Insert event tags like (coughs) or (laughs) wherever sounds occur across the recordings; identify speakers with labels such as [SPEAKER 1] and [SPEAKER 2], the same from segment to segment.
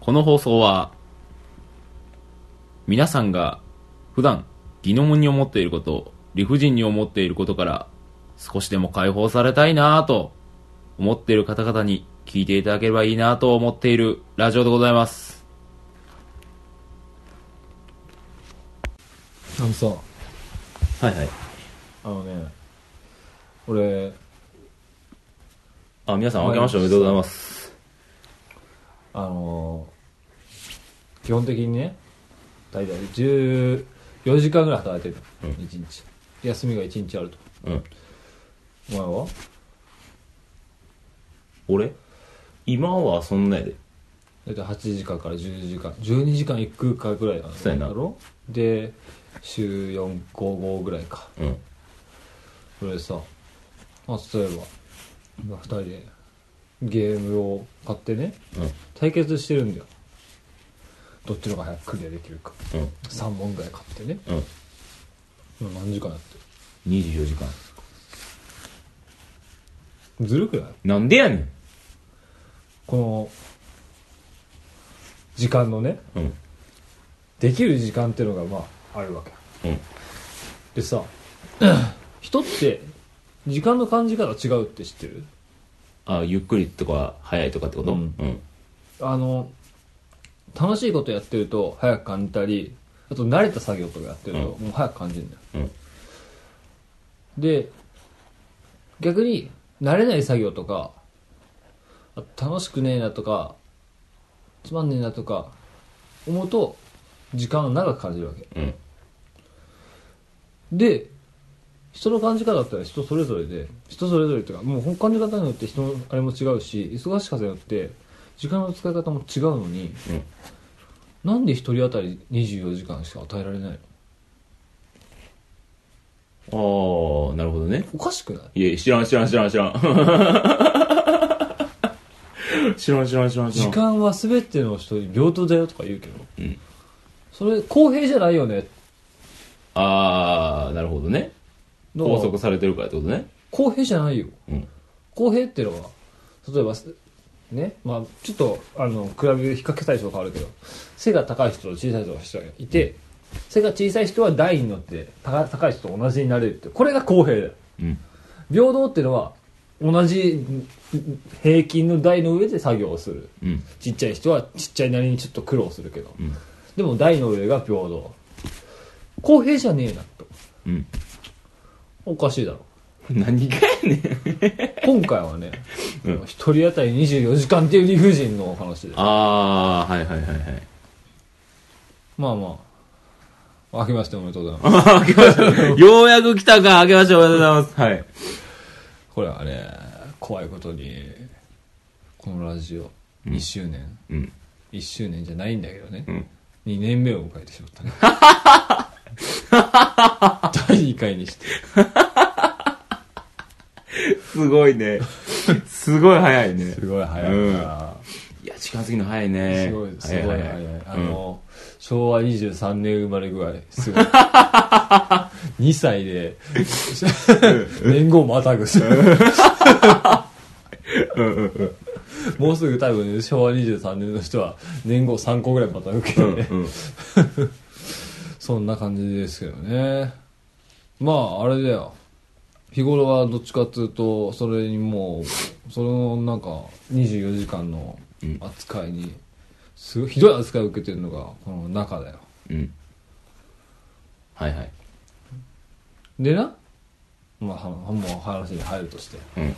[SPEAKER 1] この放送は、皆さんが普段疑問に思っていること、理不尽に思っていることから、少しでも解放されたいなぁと思っている方々に聞いていただければいいなぁと思っているラジオでございます。
[SPEAKER 2] あのさ
[SPEAKER 1] はいはい。
[SPEAKER 2] あのね俺
[SPEAKER 1] あ、皆さん明けましておめでとうございます。
[SPEAKER 2] あのー基本的にね大体14時間ぐらい働いてるの、
[SPEAKER 1] うん
[SPEAKER 2] 一日休みが1日あると
[SPEAKER 1] うん。
[SPEAKER 2] お前は
[SPEAKER 1] 俺今はそんなやで。
[SPEAKER 2] 大体8時間から10時間12時間行くかぐらいなの
[SPEAKER 1] そうやな
[SPEAKER 2] だろで週455ぐらいか
[SPEAKER 1] うん。
[SPEAKER 2] それでさ、まあ、例えば今2人でゲームを買ってね対決してるんだよどっちの方が早くクリアできるか
[SPEAKER 1] うん。うん。
[SPEAKER 2] 3本ぐらい買ってね
[SPEAKER 1] うん。
[SPEAKER 2] 今何時間やって
[SPEAKER 1] 24時間。
[SPEAKER 2] るずるくない
[SPEAKER 1] なんでやねん。
[SPEAKER 2] この時間のね
[SPEAKER 1] うん。
[SPEAKER 2] できる時間っていうのがまああるわけ
[SPEAKER 1] うん。
[SPEAKER 2] でさ (coughs) 人って時間の感じ方違うって知ってる
[SPEAKER 1] あ、ゆっくりとか、早いとかってこと
[SPEAKER 2] うんあの楽しいことやってると早く感じたりあと慣れた作業とかやってると、もう早く感じるんだよ
[SPEAKER 1] うん。
[SPEAKER 2] で逆に慣れない作業とかあ楽しくねえなとかつまんねえなとか思うと時間を長く感じるわけ
[SPEAKER 1] うん。
[SPEAKER 2] で人の感じ方だったら人それぞれで人それぞれというかもうほん感じ方によって人のあれも違うし忙しさによって時間の使い方も違うのに
[SPEAKER 1] うん。
[SPEAKER 2] なんで1人当たり24時間しか与えられないの
[SPEAKER 1] あー、なるほどね。
[SPEAKER 2] おかしくない
[SPEAKER 1] いや、知らん知らん知らん知 (laughs) らん。知らん知らん知らん知らん。
[SPEAKER 2] 時間は全ての人に平等だよとか言うけど、
[SPEAKER 1] うん
[SPEAKER 2] それ公平じゃないよね
[SPEAKER 1] あー、なるほどね。
[SPEAKER 2] の
[SPEAKER 1] 拘束されてるからってことね。
[SPEAKER 2] 公平じゃないよ
[SPEAKER 1] うん。
[SPEAKER 2] 公平ってのは例えばすねまあちょっとあの比べ比較対象変わるけど背が高い人と小さい人がいて、背が小さい人は台に乗って高高い人と同じになれるってこれが公平だよ
[SPEAKER 1] うん。
[SPEAKER 2] 平等ってのは同じ平均の台の上で作業をする
[SPEAKER 1] うん。
[SPEAKER 2] ちっちゃい人はちっちゃいなりにちょっと苦労するけど
[SPEAKER 1] うん。
[SPEAKER 2] でも台の上が平等公平じゃねえなと
[SPEAKER 1] うん。
[SPEAKER 2] おかしいだろ
[SPEAKER 1] 何がやねん。
[SPEAKER 2] 今回はね
[SPEAKER 1] うん
[SPEAKER 2] 一人当たり24時間っていう理不尽のお話で
[SPEAKER 1] あー、はいはいはいはい。
[SPEAKER 2] まあまあ明けましておめでとうございます
[SPEAKER 1] (laughs) ようやく来たか、明けましておめでとうございます。はい。
[SPEAKER 2] これはね怖いことにこのラジオ1周年、
[SPEAKER 1] うん。
[SPEAKER 2] 1周年じゃないんだけどね、
[SPEAKER 1] うん。
[SPEAKER 2] 2年目を迎えてし
[SPEAKER 1] (laughs)
[SPEAKER 2] まったね第2回にして
[SPEAKER 1] すごいね。すごい早いね。
[SPEAKER 2] すごい早いな、
[SPEAKER 1] いや、時間過ぎるの早いね。
[SPEAKER 2] すごいすごい早い
[SPEAKER 1] 早い
[SPEAKER 2] あの、昭和23年生まれぐらいす
[SPEAKER 1] (laughs)
[SPEAKER 2] ごい2歳で年号またぐ
[SPEAKER 1] うんうんうん。
[SPEAKER 2] もうすぐ多分、ね、昭和23年の人は年号3個ぐらいまた受けどね、
[SPEAKER 1] うんうん
[SPEAKER 2] そんな感じですけどねまああれだよ日頃はどっちかっつうとそれにもうそのなんか24時間の
[SPEAKER 1] うん
[SPEAKER 2] 扱いにすごいひどい扱いを受けてるのがこの中だよ
[SPEAKER 1] うん。はいはい。
[SPEAKER 2] でなまあはもう話に入るとして
[SPEAKER 1] うん。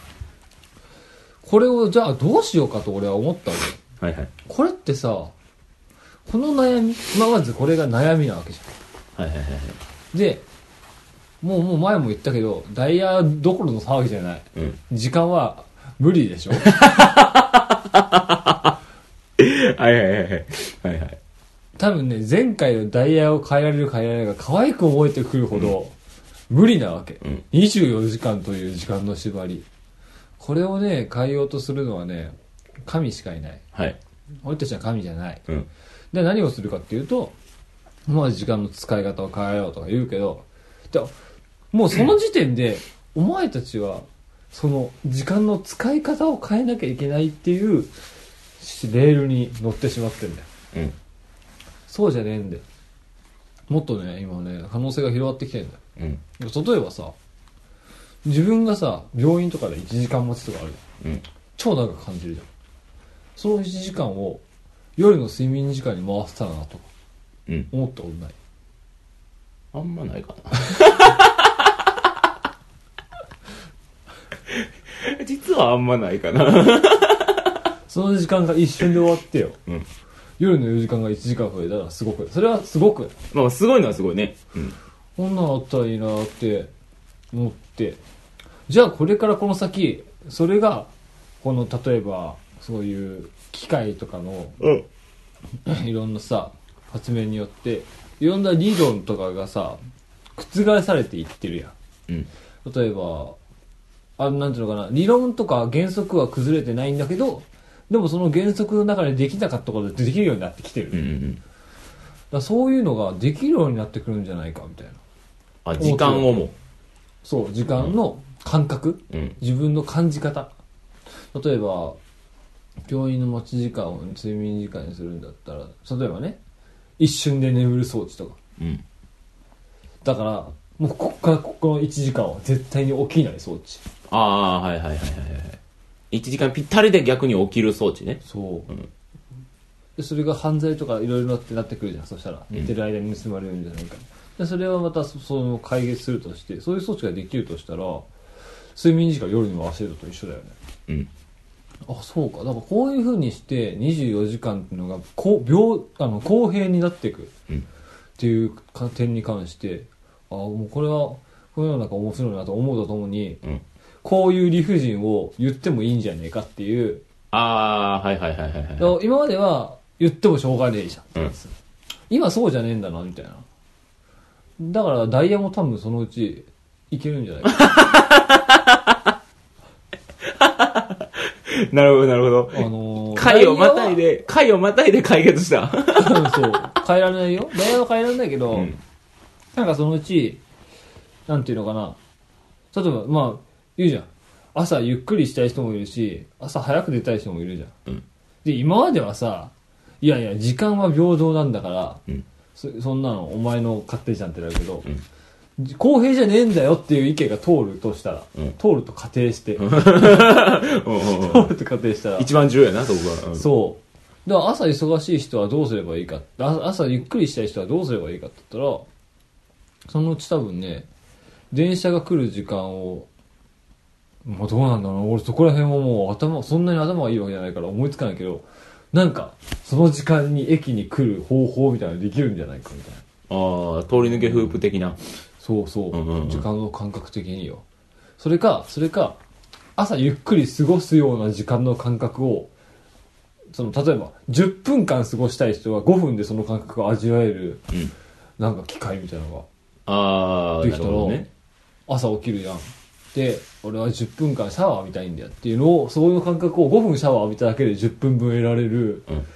[SPEAKER 2] これをじゃあどうしようかと俺は思ったわけ
[SPEAKER 1] はいはい。
[SPEAKER 2] これってさこの悩み、まあ、まずこれが悩みなわけじ
[SPEAKER 1] はいはいはいはい。
[SPEAKER 2] ゃんでもうもう前も言ったけどダイヤどころの騒ぎじゃない
[SPEAKER 1] うん。
[SPEAKER 2] 時間は無理でしょ
[SPEAKER 1] (laughs) はいはいはいはい。はいはい。
[SPEAKER 2] 多分ね前回のダイヤを変えられる変えられないが可愛く覚えてくるほど無理なわけ、
[SPEAKER 1] うん
[SPEAKER 2] 24時間という時間の縛りこれをね変えようとするのはね神しかいない
[SPEAKER 1] はい。
[SPEAKER 2] 俺たちは神じゃない
[SPEAKER 1] うん。
[SPEAKER 2] で何をするかっていうとまあ時間の使い方を変えようとか言うけどでもうその時点でお前たちはその時間の使い方を変えなきゃいけないっていうレールに乗ってしまってんだよ
[SPEAKER 1] うん。
[SPEAKER 2] そうじゃねえんだよもっとね今ね可能性が広がってきてんだ
[SPEAKER 1] う
[SPEAKER 2] よ
[SPEAKER 1] ん。
[SPEAKER 2] 例えばさ自分がさ病院とかで1時間待ちとかあるじゃん
[SPEAKER 1] うん。
[SPEAKER 2] 超長く感じるじゃんその1時間を夜の睡眠時間に回せたらなと
[SPEAKER 1] うん。
[SPEAKER 2] 思ったことない
[SPEAKER 1] あんまないか (laughs) な。実はあんまないかな。
[SPEAKER 2] その時間が一瞬で終わってよ、
[SPEAKER 1] うん
[SPEAKER 2] 夜の4時間が1時間増えたらすごくそれはすごく
[SPEAKER 1] まあ、すごいのはすごいね。うん。
[SPEAKER 2] こんなのあったらいいなって思ってじゃあこれからこの先それがこの例えばそういう機械とかの (laughs)
[SPEAKER 1] うん。
[SPEAKER 2] いろんなさ発明によっていろんな理論とかがさ覆されていってるや
[SPEAKER 1] う
[SPEAKER 2] ん
[SPEAKER 1] ん。
[SPEAKER 2] 例えばあなんていうのかな理論とか原則は崩れてないんだけどでもその原則の中でできなかったことができるようになってきてる、
[SPEAKER 1] うんう
[SPEAKER 2] だか
[SPEAKER 1] ん。
[SPEAKER 2] らそういうのができるようになってくるんじゃないかみたいな
[SPEAKER 1] あ、時間をも。
[SPEAKER 2] そう時間の感覚、
[SPEAKER 1] うん。
[SPEAKER 2] 自分の感じ方例えば病院の待ち時間を睡眠時間にするんだったら例えばね一瞬で眠る装置とか
[SPEAKER 1] うん。
[SPEAKER 2] だからもうここからここの1時間は絶対に起きない装置
[SPEAKER 1] ああ、はいはいはいはいはい。1時間ぴったりで逆に起きる装置ね。
[SPEAKER 2] そう、
[SPEAKER 1] うん
[SPEAKER 2] でそれが犯罪とかいろいろってなってくるじゃんそしたら寝てる間に盗まれるんじゃないか、でそれはまたそその解決するとしてそういう装置ができるとしたら睡眠時間夜に回してるのと一緒だよね
[SPEAKER 1] うん。
[SPEAKER 2] あそうかだからこういうふうにして24時間っていうのがこう秒あの公平になっていくっ
[SPEAKER 1] うん。
[SPEAKER 2] ていうか点に関してあもうこれはこの世の中面白いなと思うとともに
[SPEAKER 1] うん。
[SPEAKER 2] こういう理不尽を言ってもいいんじゃねえかっていう
[SPEAKER 1] ああ、はいはいはいはい
[SPEAKER 2] だか
[SPEAKER 1] は
[SPEAKER 2] ら今までは言ってもしょうがねえじゃん
[SPEAKER 1] い。うん。
[SPEAKER 2] 今そうじゃねえんだなみたいなだからダイヤも多分そのうちいけるんじゃないか
[SPEAKER 1] (laughs)
[SPEAKER 2] な
[SPEAKER 1] なるほどなるほど。
[SPEAKER 2] あのー
[SPEAKER 1] 回をまたい
[SPEAKER 2] ダイ
[SPEAKER 1] で、回をまたいで解決 (laughs) した。
[SPEAKER 2] ヤはそう変えられないよダイヤは変えられないけど、
[SPEAKER 1] うん。
[SPEAKER 2] なんかそのうち、なんていうのかな。例えば、まあ、言うじゃん。朝ゆっくりしたい人もいるし、朝早く出たい人もいるじゃ
[SPEAKER 1] う
[SPEAKER 2] ん。
[SPEAKER 1] ん
[SPEAKER 2] で、今まではさ、いやいや、時間は平等なんだから、
[SPEAKER 1] うん
[SPEAKER 2] そそんなのお前の勝手じゃんってなるけど、
[SPEAKER 1] うん
[SPEAKER 2] じ公平じゃねえんだよっていう意見が通るとしたら、
[SPEAKER 1] うん
[SPEAKER 2] 通ると仮定して、
[SPEAKER 1] うんうんうん
[SPEAKER 2] 通ると仮定したら、
[SPEAKER 1] 一番重要やな、そこが。
[SPEAKER 2] そう。だから朝忙しい人はどうすればいいか。あ朝ゆっくりしたい人はどうすればいいかって言ったら、そのうち多分ね、電車が来る時間を、まあどうなんだろうな。俺そこら辺はもう頭、そんなに頭がいいわけじゃないから思いつかないけど、なんか、その時間に駅に来る方法みたいなのできるんじゃないかみたいな。
[SPEAKER 1] ああ、通り抜けフープ的な。
[SPEAKER 2] そうそう,、
[SPEAKER 1] うんうんうん
[SPEAKER 2] 時間の感覚的によ。それか、それか、朝ゆっくり過ごすような時間の感覚を、その、例えば、10分間過ごしたい人は5分でその感覚を味わえる、
[SPEAKER 1] うん。
[SPEAKER 2] なんか機械みたいなの
[SPEAKER 1] あ
[SPEAKER 2] が
[SPEAKER 1] あ、
[SPEAKER 2] で
[SPEAKER 1] な
[SPEAKER 2] き
[SPEAKER 1] る
[SPEAKER 2] た
[SPEAKER 1] ほ
[SPEAKER 2] ら、
[SPEAKER 1] どね。
[SPEAKER 2] 朝起きるやん。で、俺は10分間シャワー浴びたいんだよっていうのを、そういう感覚を5分シャワー浴びただけで10分分得られる、
[SPEAKER 1] うん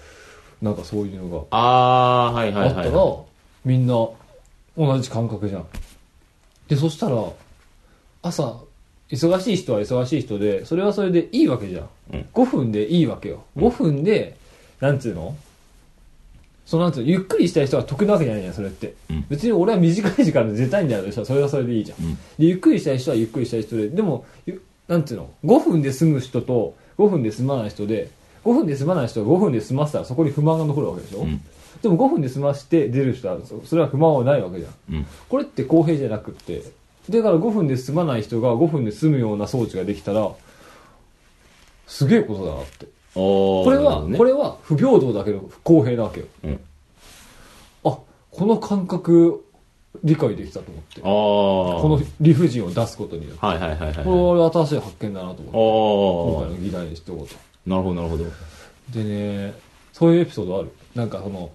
[SPEAKER 2] なんかそういうの
[SPEAKER 1] ああ、はい
[SPEAKER 2] が
[SPEAKER 1] は
[SPEAKER 2] あ
[SPEAKER 1] い
[SPEAKER 2] ったら、
[SPEAKER 1] はいはい。
[SPEAKER 2] みんな同じ感覚じゃん。で、そしたら、朝、忙しい人は忙しい人で、それはそれでいいわけじゃん。
[SPEAKER 1] うん
[SPEAKER 2] 5分でいいわけよ。5分で、なんつうのそのなんつうの、ゆっくりしたい人は得なわけじゃないじゃん、それって。
[SPEAKER 1] うん
[SPEAKER 2] 別に俺は短い時間で出たいんだよ、それはそれでいいじゃん。
[SPEAKER 1] うん
[SPEAKER 2] で、ゆっくりしたい人はゆっくりしたい人で、でも、ゆなんつうの、5分で済む人と5分で済まない人で、5分で済まない人は5分で済ませたらそこに不満が残るわけでしょ、
[SPEAKER 1] うん
[SPEAKER 2] でも5分で済まして出る人は、そそれは不満はないわけじゃん。
[SPEAKER 1] うん。
[SPEAKER 2] これって公平じゃなくってだから5分で済まない人が5分で済むような装置ができたらすげえことだなって
[SPEAKER 1] おー
[SPEAKER 2] これ
[SPEAKER 1] なるほ
[SPEAKER 2] は、
[SPEAKER 1] どね
[SPEAKER 2] これは不平等だけど不公平なわけよ
[SPEAKER 1] うん
[SPEAKER 2] あこの感覚理解できたと思って
[SPEAKER 1] ああ。
[SPEAKER 2] この理不尽を出すことによって
[SPEAKER 1] はいはいはいはい。
[SPEAKER 2] これ
[SPEAKER 1] あ
[SPEAKER 2] は新しい発見だなと思って今回
[SPEAKER 1] あ
[SPEAKER 2] の議題にしておこうと
[SPEAKER 1] ー。なるほどなるほど。
[SPEAKER 2] でねそういうエピソードあるなんかその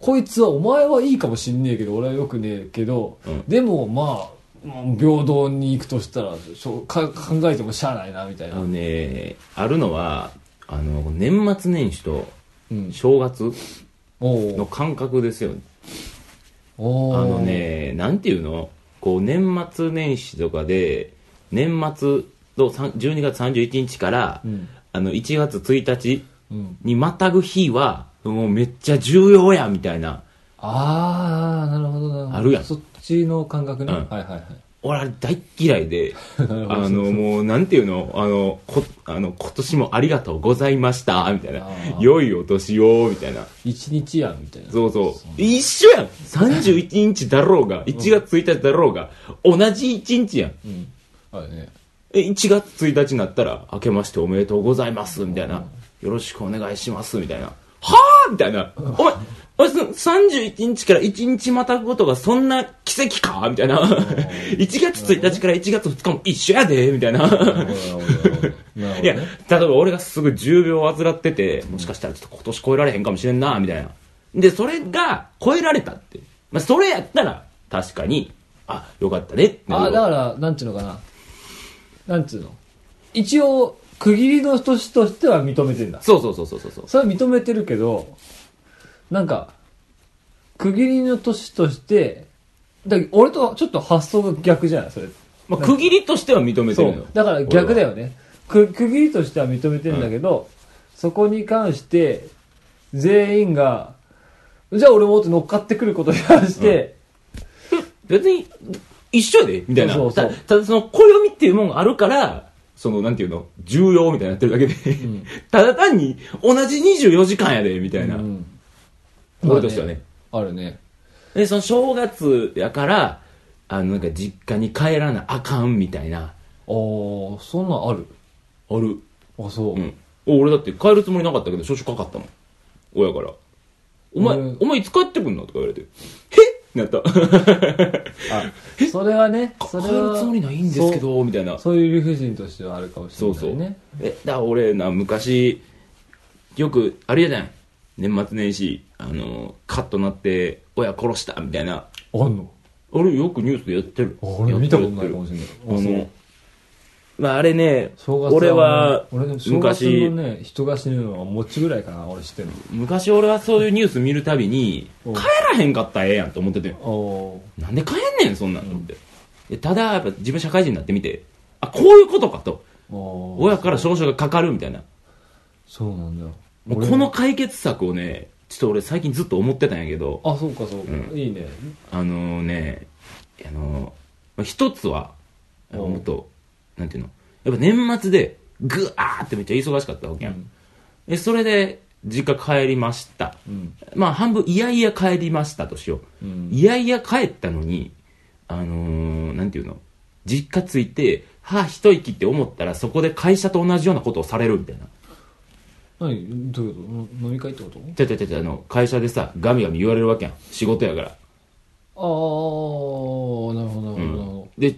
[SPEAKER 2] こいつはお前はいいかもしんねえけど俺はよくねえけど、
[SPEAKER 1] うん
[SPEAKER 2] でもまあもう平等に行くとしたらしょうか考えてもしゃあないなみたい
[SPEAKER 1] あ
[SPEAKER 2] な、う
[SPEAKER 1] の
[SPEAKER 2] ん
[SPEAKER 1] ね、あるのは、あの、年末年始と正月
[SPEAKER 2] お
[SPEAKER 1] の
[SPEAKER 2] う
[SPEAKER 1] 感覚ですよね。
[SPEAKER 2] おう
[SPEAKER 1] あのね、なんていうのこう、年末年始とかで、年末のさん12月31日から、
[SPEAKER 2] うん
[SPEAKER 1] あの、1月1日
[SPEAKER 2] うん。
[SPEAKER 1] にまたぐ日は、もうめっちゃ重要や、みたいな。
[SPEAKER 2] あー、なるほどなるほど。
[SPEAKER 1] あるやん
[SPEAKER 2] そっちの感覚ね。
[SPEAKER 1] うん
[SPEAKER 2] はいはいはい。
[SPEAKER 1] 俺、あれ大っ嫌い (laughs) で、あの、もう、なんていうの、あの、こ、あの、今年もありがとうございました、みたいな
[SPEAKER 2] あ。ー
[SPEAKER 1] 良いお年を、みたいな。
[SPEAKER 2] 一日やん、みたいな。
[SPEAKER 1] そうそう。一緒やん !31 日だろうが、1月1日だろうが、同じ1日やん。
[SPEAKER 2] うん。あれね。
[SPEAKER 1] え、1月1日になったら、明けましておめでとうございます、みたいな。よろしくお願いします、みたいな。はぁみたいな。お前、お前その31日から1日またぐことがそんな奇跡かみたいな。1月1日から1月2日も一緒やで、みたいな。
[SPEAKER 2] なるほどなるほどなる
[SPEAKER 1] (laughs) い
[SPEAKER 2] ほど
[SPEAKER 1] や、
[SPEAKER 2] ね。
[SPEAKER 1] 例えば俺がすぐ10秒を患ってて、もしかしたらちょっと今年超えられへんかもしれんな、みたいな。で、それが超えられたって。まあ、それやったら、確かに、あ、よかったねってなる
[SPEAKER 2] あ、
[SPEAKER 1] よ
[SPEAKER 2] だから、なんちゅうのかな。なんちゅうの。一応、区切りの年としては認めてんだ。
[SPEAKER 1] そうそうそうそうそうそう。
[SPEAKER 2] それは認めてるけど、なんか、区切りの年として、だから俺とちょっと発想が逆じゃないそれ。
[SPEAKER 1] まあ、区切りとしては認めて
[SPEAKER 2] そ
[SPEAKER 1] るのよ
[SPEAKER 2] う。。だから逆だよね。区区切りとしては認めてんだけど、そこに関して、全員が、じゃあ俺もって乗っかってくることに関して、
[SPEAKER 1] 別に、一緒やで、みたいな。
[SPEAKER 2] そうそうそう
[SPEAKER 1] たただその、暦っていうもんがあるから、その、なんていうの、重要みたいになってるだけで、 (laughs) ただ単に、同じ24時間やで、みたいな。
[SPEAKER 2] うん
[SPEAKER 1] 俺としてはね。
[SPEAKER 2] あるね。
[SPEAKER 1] で、その正月やから、あの、なんか実家に帰らなあかんみたいな、
[SPEAKER 2] ああ、そんなんある
[SPEAKER 1] ある。
[SPEAKER 2] あ、そう。
[SPEAKER 1] うん。俺だって帰るつもりなかったけど、少々かかったもん。親から。お前、
[SPEAKER 2] うん
[SPEAKER 1] お前いつ帰ってくんのとか言われて。へっってなった。帰る
[SPEAKER 2] あ、それはね、それ
[SPEAKER 1] (laughs)
[SPEAKER 2] は。
[SPEAKER 1] つもりないんですけど、みたいな。
[SPEAKER 2] そう。そういう理不尽としてはあるかもし
[SPEAKER 1] そ
[SPEAKER 2] れ
[SPEAKER 1] う
[SPEAKER 2] な
[SPEAKER 1] そう。
[SPEAKER 2] いね。
[SPEAKER 1] え、だから俺な、昔、よく、あれじゃない年末年始、あの、カッとなって、親殺した、みたいな。
[SPEAKER 2] あんの
[SPEAKER 1] 俺よくニュースでやってる。
[SPEAKER 2] あ俺見たこと
[SPEAKER 1] やっ
[SPEAKER 2] な
[SPEAKER 1] て
[SPEAKER 2] い
[SPEAKER 1] る
[SPEAKER 2] かもしれない。
[SPEAKER 1] あの、まああれね、
[SPEAKER 2] 正月
[SPEAKER 1] 俺は
[SPEAKER 2] 俺ね、正月
[SPEAKER 1] 昔
[SPEAKER 2] の、ね、人が死ぬのは餅ぐらいかな、俺知ってる
[SPEAKER 1] 昔俺はそういうニュース見るたびに、
[SPEAKER 2] うん
[SPEAKER 1] 帰らへんかったらええやんと思ってて、
[SPEAKER 2] の。お
[SPEAKER 1] なんで帰んねん、そんなんと思って。でただ、やっぱ自分社会人になってみて、あ、こういうことかと。
[SPEAKER 2] ーおー
[SPEAKER 1] 親から少々がかかるみたいな。
[SPEAKER 2] そうなんだよ。
[SPEAKER 1] もう
[SPEAKER 2] 俺
[SPEAKER 1] この解決策をね、ちょっと俺最近ずっと思ってたんやけど、
[SPEAKER 2] あ、そうかそうか。
[SPEAKER 1] う
[SPEAKER 2] いいね。
[SPEAKER 1] あのね、あのまあ一つは、
[SPEAKER 2] うん
[SPEAKER 1] もっと、なんていうの、やっぱ年末で、ぐわーってめっちゃ忙しかったわけやん。えそれで、実家帰りました。
[SPEAKER 2] うん。
[SPEAKER 1] まあ、半分、いやいや帰りましたとしよう。
[SPEAKER 2] うん
[SPEAKER 1] いやいや帰ったのに、あのー、なんていうの、実家着いて、はあ、一息って思ったら、そこで会社と同じようなことをされるみたいな。
[SPEAKER 2] 何どういうこと飲飲み会ってこと
[SPEAKER 1] ちゃちゃちゃちゃ、あの、会社でさ、ガミガミ言われるわけやん。仕事やから。
[SPEAKER 2] あー、なるほど、なるほど、なるほ
[SPEAKER 1] で、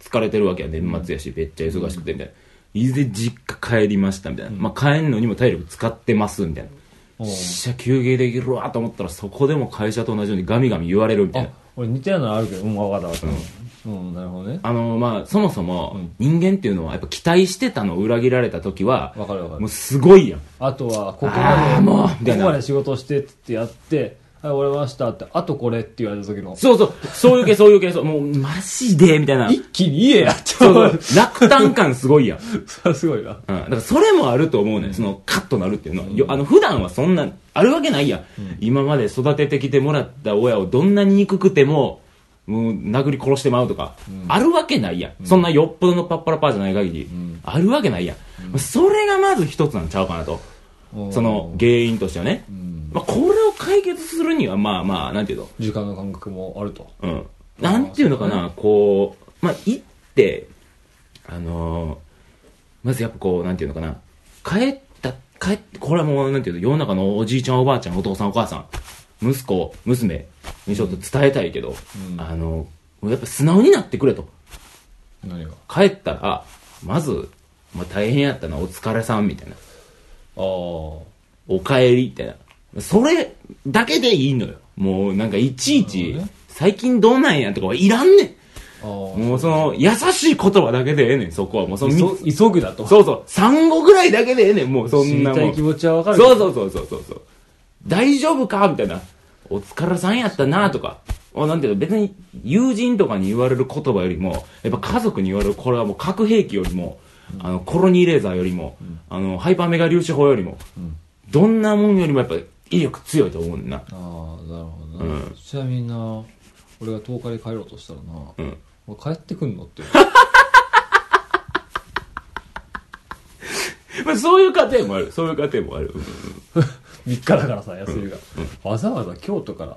[SPEAKER 1] 疲れてるわけやん。年末やし、めっちゃ忙しくて、みたいな。いずれ実家帰りました、みたいな。まあ、帰んのにも体力使ってます、みたいな。
[SPEAKER 2] ど。
[SPEAKER 1] しゃ休憩できるわと思ったらそこでも会社と同じようにガミガミ言われるみたい
[SPEAKER 2] あ
[SPEAKER 1] な、
[SPEAKER 2] 俺似たようなのあるけど、うん、わかったわかった。うん、なるほどね。
[SPEAKER 1] あのまあそもそも
[SPEAKER 2] ん
[SPEAKER 1] 人間っていうのはやっぱ期待してたのを裏切られた時は
[SPEAKER 2] わかるわか
[SPEAKER 1] も
[SPEAKER 2] る
[SPEAKER 1] う。すごいやん
[SPEAKER 2] あとは、ここ
[SPEAKER 1] あーもう
[SPEAKER 2] ま
[SPEAKER 1] み
[SPEAKER 2] で、
[SPEAKER 1] た
[SPEAKER 2] こ
[SPEAKER 1] いな
[SPEAKER 2] こまで仕事してってやって、はい、終わりましたって、あとこれって言われた時の、
[SPEAKER 1] そうそうそういう系そういう系そうもうマジでみたいな
[SPEAKER 2] 一気に言えやって
[SPEAKER 1] そうそ
[SPEAKER 2] 思
[SPEAKER 1] う
[SPEAKER 2] う。
[SPEAKER 1] 落胆感すごいやん、うん、
[SPEAKER 2] それはすごいな。
[SPEAKER 1] だからそれもあると思うねんそのカッとなるっていうのは、よあの普段はそんなあるわけないやん、今まで育ててきてもらった親をどんなに憎くてももう殴り殺してまうとか、あるわけないやん、そんなよっぽどのパッパラパーじゃない限り、あるわけないやん、それがまず一つなんちゃうかなと
[SPEAKER 2] うん
[SPEAKER 1] その原因としてはね、まあ、これを解決するにはまあまあなんていうの
[SPEAKER 2] 時間の感覚もあると。
[SPEAKER 1] うん、なんていうのかな、こう、まあ、行って、あのーまずやっぱこう、なんていうのかな、帰った、帰って、これはもう、なんていうの、世の中のおじいちゃん、おばあちゃん、お父さん、お母さん、息子、娘にちょっと伝えたいけど、あのーやっぱ素直になってくれと。
[SPEAKER 2] 何が
[SPEAKER 1] 帰ったら、まず、まあ、大変やったな、お疲れさん、みたいな。
[SPEAKER 2] ああ。
[SPEAKER 1] おかえりみたいな。それだけでいいのよ。もうなんかいちいち、最近どうなんやとかはいらんねん。
[SPEAKER 2] ああ。
[SPEAKER 1] もうその、優しい言葉だけでええねん、そこは。もうその、
[SPEAKER 2] 急急ぐだと。
[SPEAKER 1] そうそう、産後ぐらいだけでええねん、もうそんな
[SPEAKER 2] 知り
[SPEAKER 1] も
[SPEAKER 2] た
[SPEAKER 1] ん。
[SPEAKER 2] い気持ちはわかるけど。
[SPEAKER 1] そうそうそうそうそうそう。大丈夫かみたいな。お疲れさんやったなとか。あなんていうの、別に友人とかに言われる言葉よりも、やっぱ家族に言われる、これはもう核兵器よりも、あの、コロニーレーザーよりも、あの、ハイパーメガ粒子砲よりも、どんなもんよりもやっぱ威力強いと思うんだな。
[SPEAKER 2] ああなるほどな、
[SPEAKER 1] うん
[SPEAKER 2] ちなみにな俺が10日で帰ろうとしたらな、
[SPEAKER 1] うん。
[SPEAKER 2] 俺帰ってくんのっていう (laughs)
[SPEAKER 1] まあそういう過程もある。そういう過程もある。
[SPEAKER 2] 3日だからさ休みが、わざわざ京都から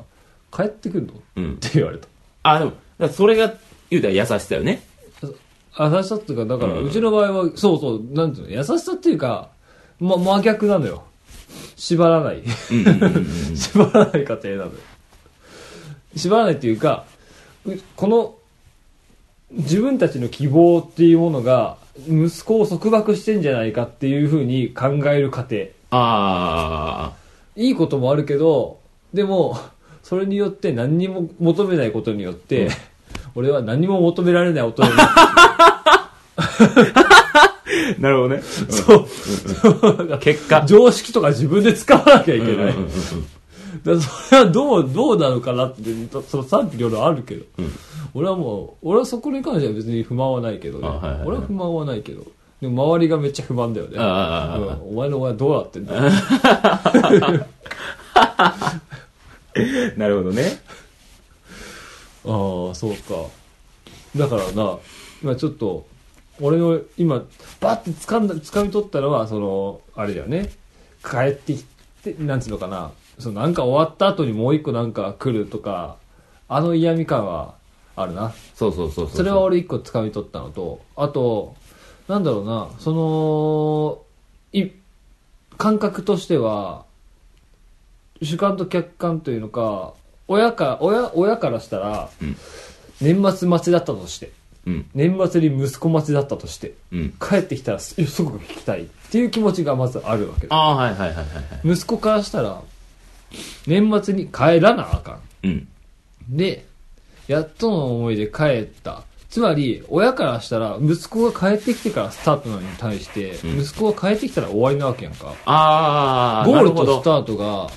[SPEAKER 2] 帰ってくんの、
[SPEAKER 1] うん。うん
[SPEAKER 2] って言われた
[SPEAKER 1] あ、でも、だからそれが、言うたら優しさよね。
[SPEAKER 2] 優しさっていうかだから
[SPEAKER 1] うん
[SPEAKER 2] うちの場合は、そうそうなんていうの優しさっていうか、ま、真逆なのよ縛らない (laughs) 縛らない家庭なのよ縛らないっていうかうこの自分たちの希望っていうものが息子を束縛してんじゃないかっていうふうに考える過程
[SPEAKER 1] あ
[SPEAKER 2] いいこともあるけど、でも、それによって何にも求めないことによって、俺は何も求められない大人になっ
[SPEAKER 1] あ。なるほどね。
[SPEAKER 2] て、そう、そうなんか
[SPEAKER 1] 結果。
[SPEAKER 2] (laughs) 常識とか自分で使わなきゃいけ
[SPEAKER 1] うんうん
[SPEAKER 2] な
[SPEAKER 1] うん
[SPEAKER 2] い。だからそれはどう、どうなのかなって、その賛否両論あるけど、俺はもう、俺はそこに関しては別に不満はないけどね、
[SPEAKER 1] あはいはいはい
[SPEAKER 2] 俺は不満はないけど、でも周りがめっちゃ不満だよね。
[SPEAKER 1] ああああ
[SPEAKER 2] うん
[SPEAKER 1] ああ
[SPEAKER 2] お前の親どうなってんだよ
[SPEAKER 1] うんなるほどね。
[SPEAKER 2] ああそうかだからな今ちょっと俺の今バッて掴んだ掴み取ったのはそのあれだよね帰ってきてなんつうのかなそのなんか終わった後にもう一個なんか来るとかあの嫌味感はあるな
[SPEAKER 1] そうそうそうそう。
[SPEAKER 2] それは俺一個掴み取ったのとあとなんだろうなそのい感覚としては主観と客観というのか親か親親からしたら、
[SPEAKER 1] うん
[SPEAKER 2] 年末待ちだったとして
[SPEAKER 1] うん。
[SPEAKER 2] 年末に息子待ちだったとして
[SPEAKER 1] うん。
[SPEAKER 2] 帰ってきたらす即聞きたいっていう気持ちがまずあるわけ
[SPEAKER 1] ああ、はいはいはいはいは
[SPEAKER 2] 息子からしたら年末に帰らなあかん
[SPEAKER 1] い。うん。
[SPEAKER 2] で、やっとの思いで帰った。つまり、親からしたら、息子が帰ってきてからスタートなのに対して、
[SPEAKER 1] うん
[SPEAKER 2] 息子が帰ってきたら終わりなわけやんか。
[SPEAKER 1] ああ、
[SPEAKER 2] ゴール
[SPEAKER 1] なるほ
[SPEAKER 2] と
[SPEAKER 1] ど
[SPEAKER 2] スタートが、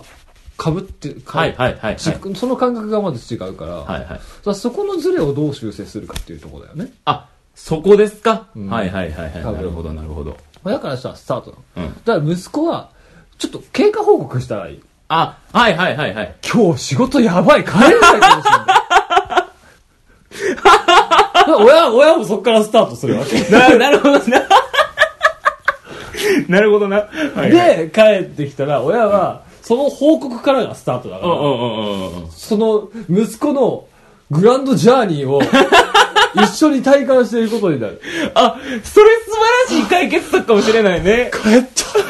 [SPEAKER 2] 被って、被
[SPEAKER 1] はいはいはいはい。
[SPEAKER 2] ちその感覚がまず違うから、
[SPEAKER 1] はいはい。
[SPEAKER 2] だからそこのズレをどう修正するかっていうところだよね。
[SPEAKER 1] あ、そこですか、
[SPEAKER 2] うん
[SPEAKER 1] はいはいはいはい。
[SPEAKER 2] 多分
[SPEAKER 1] なるほどなるほど。
[SPEAKER 2] 親からしたらスタートなの。
[SPEAKER 1] うん。
[SPEAKER 2] だから息子は、ちょっと経過報告したらいい。
[SPEAKER 1] あ、はいはいはい (laughs) はい。
[SPEAKER 2] 今日仕事やばい、帰れないかもしれな
[SPEAKER 1] (laughs)
[SPEAKER 2] い。だから親、親もそこからスタートするわけ。
[SPEAKER 1] (laughs) ななるほどな。 (laughs) なるほどな。はいはい、
[SPEAKER 2] で、帰ってきたら、親は、その報告からがスタートだか
[SPEAKER 1] うんう
[SPEAKER 2] ら、
[SPEAKER 1] んうんうんうん。
[SPEAKER 2] その息子のグランドジャーニ
[SPEAKER 1] (laughs)
[SPEAKER 2] ーを一緒に体感していることになる。
[SPEAKER 1] あ、それ素晴らしい解決策かもしれないね。
[SPEAKER 2] 帰った
[SPEAKER 1] 確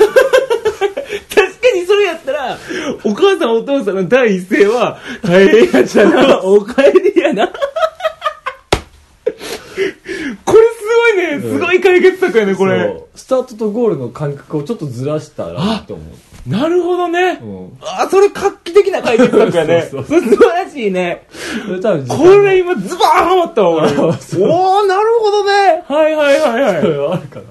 [SPEAKER 1] かにそれやったら、お母さんお父さんの第一声は、帰れやじゃな、
[SPEAKER 2] (laughs)
[SPEAKER 1] お帰りやな。これすごいね、すごい解決策やね、これ。
[SPEAKER 2] スタートとゴールの感覚をちょっとずらしたらいいと思
[SPEAKER 1] なるほどね
[SPEAKER 2] う。。うん。
[SPEAKER 1] あ、それ画期的な解決策やね。
[SPEAKER 2] そう
[SPEAKER 1] それ素晴らしいね。
[SPEAKER 2] それ多分時
[SPEAKER 1] こ
[SPEAKER 2] 間
[SPEAKER 1] れ今ズバーンハマったわ、俺。おー、なるほどね。はいはいはい
[SPEAKER 2] そ
[SPEAKER 1] は
[SPEAKER 2] れはあるかな。
[SPEAKER 1] い。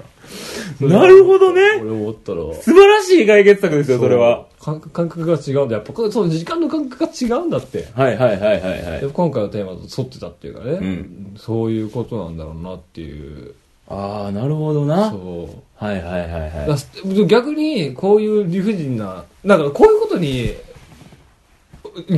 [SPEAKER 1] なるほどね。
[SPEAKER 2] 俺思ったら。
[SPEAKER 1] 素晴らしい解決策ですよ、それは。
[SPEAKER 2] 感覚。感覚が違うんだ。やっぱ、これその時間の感覚が違うんだって。
[SPEAKER 1] はいはいはいはいは
[SPEAKER 2] やっ。ぱ今回のテーマと沿ってたっていうかね、
[SPEAKER 1] ん
[SPEAKER 2] そういうことなんだろうなっていう。
[SPEAKER 1] ああ、なるほどな。
[SPEAKER 2] そう。
[SPEAKER 1] はいはいはいは
[SPEAKER 2] だから逆にこういう理不尽なだからこういうことに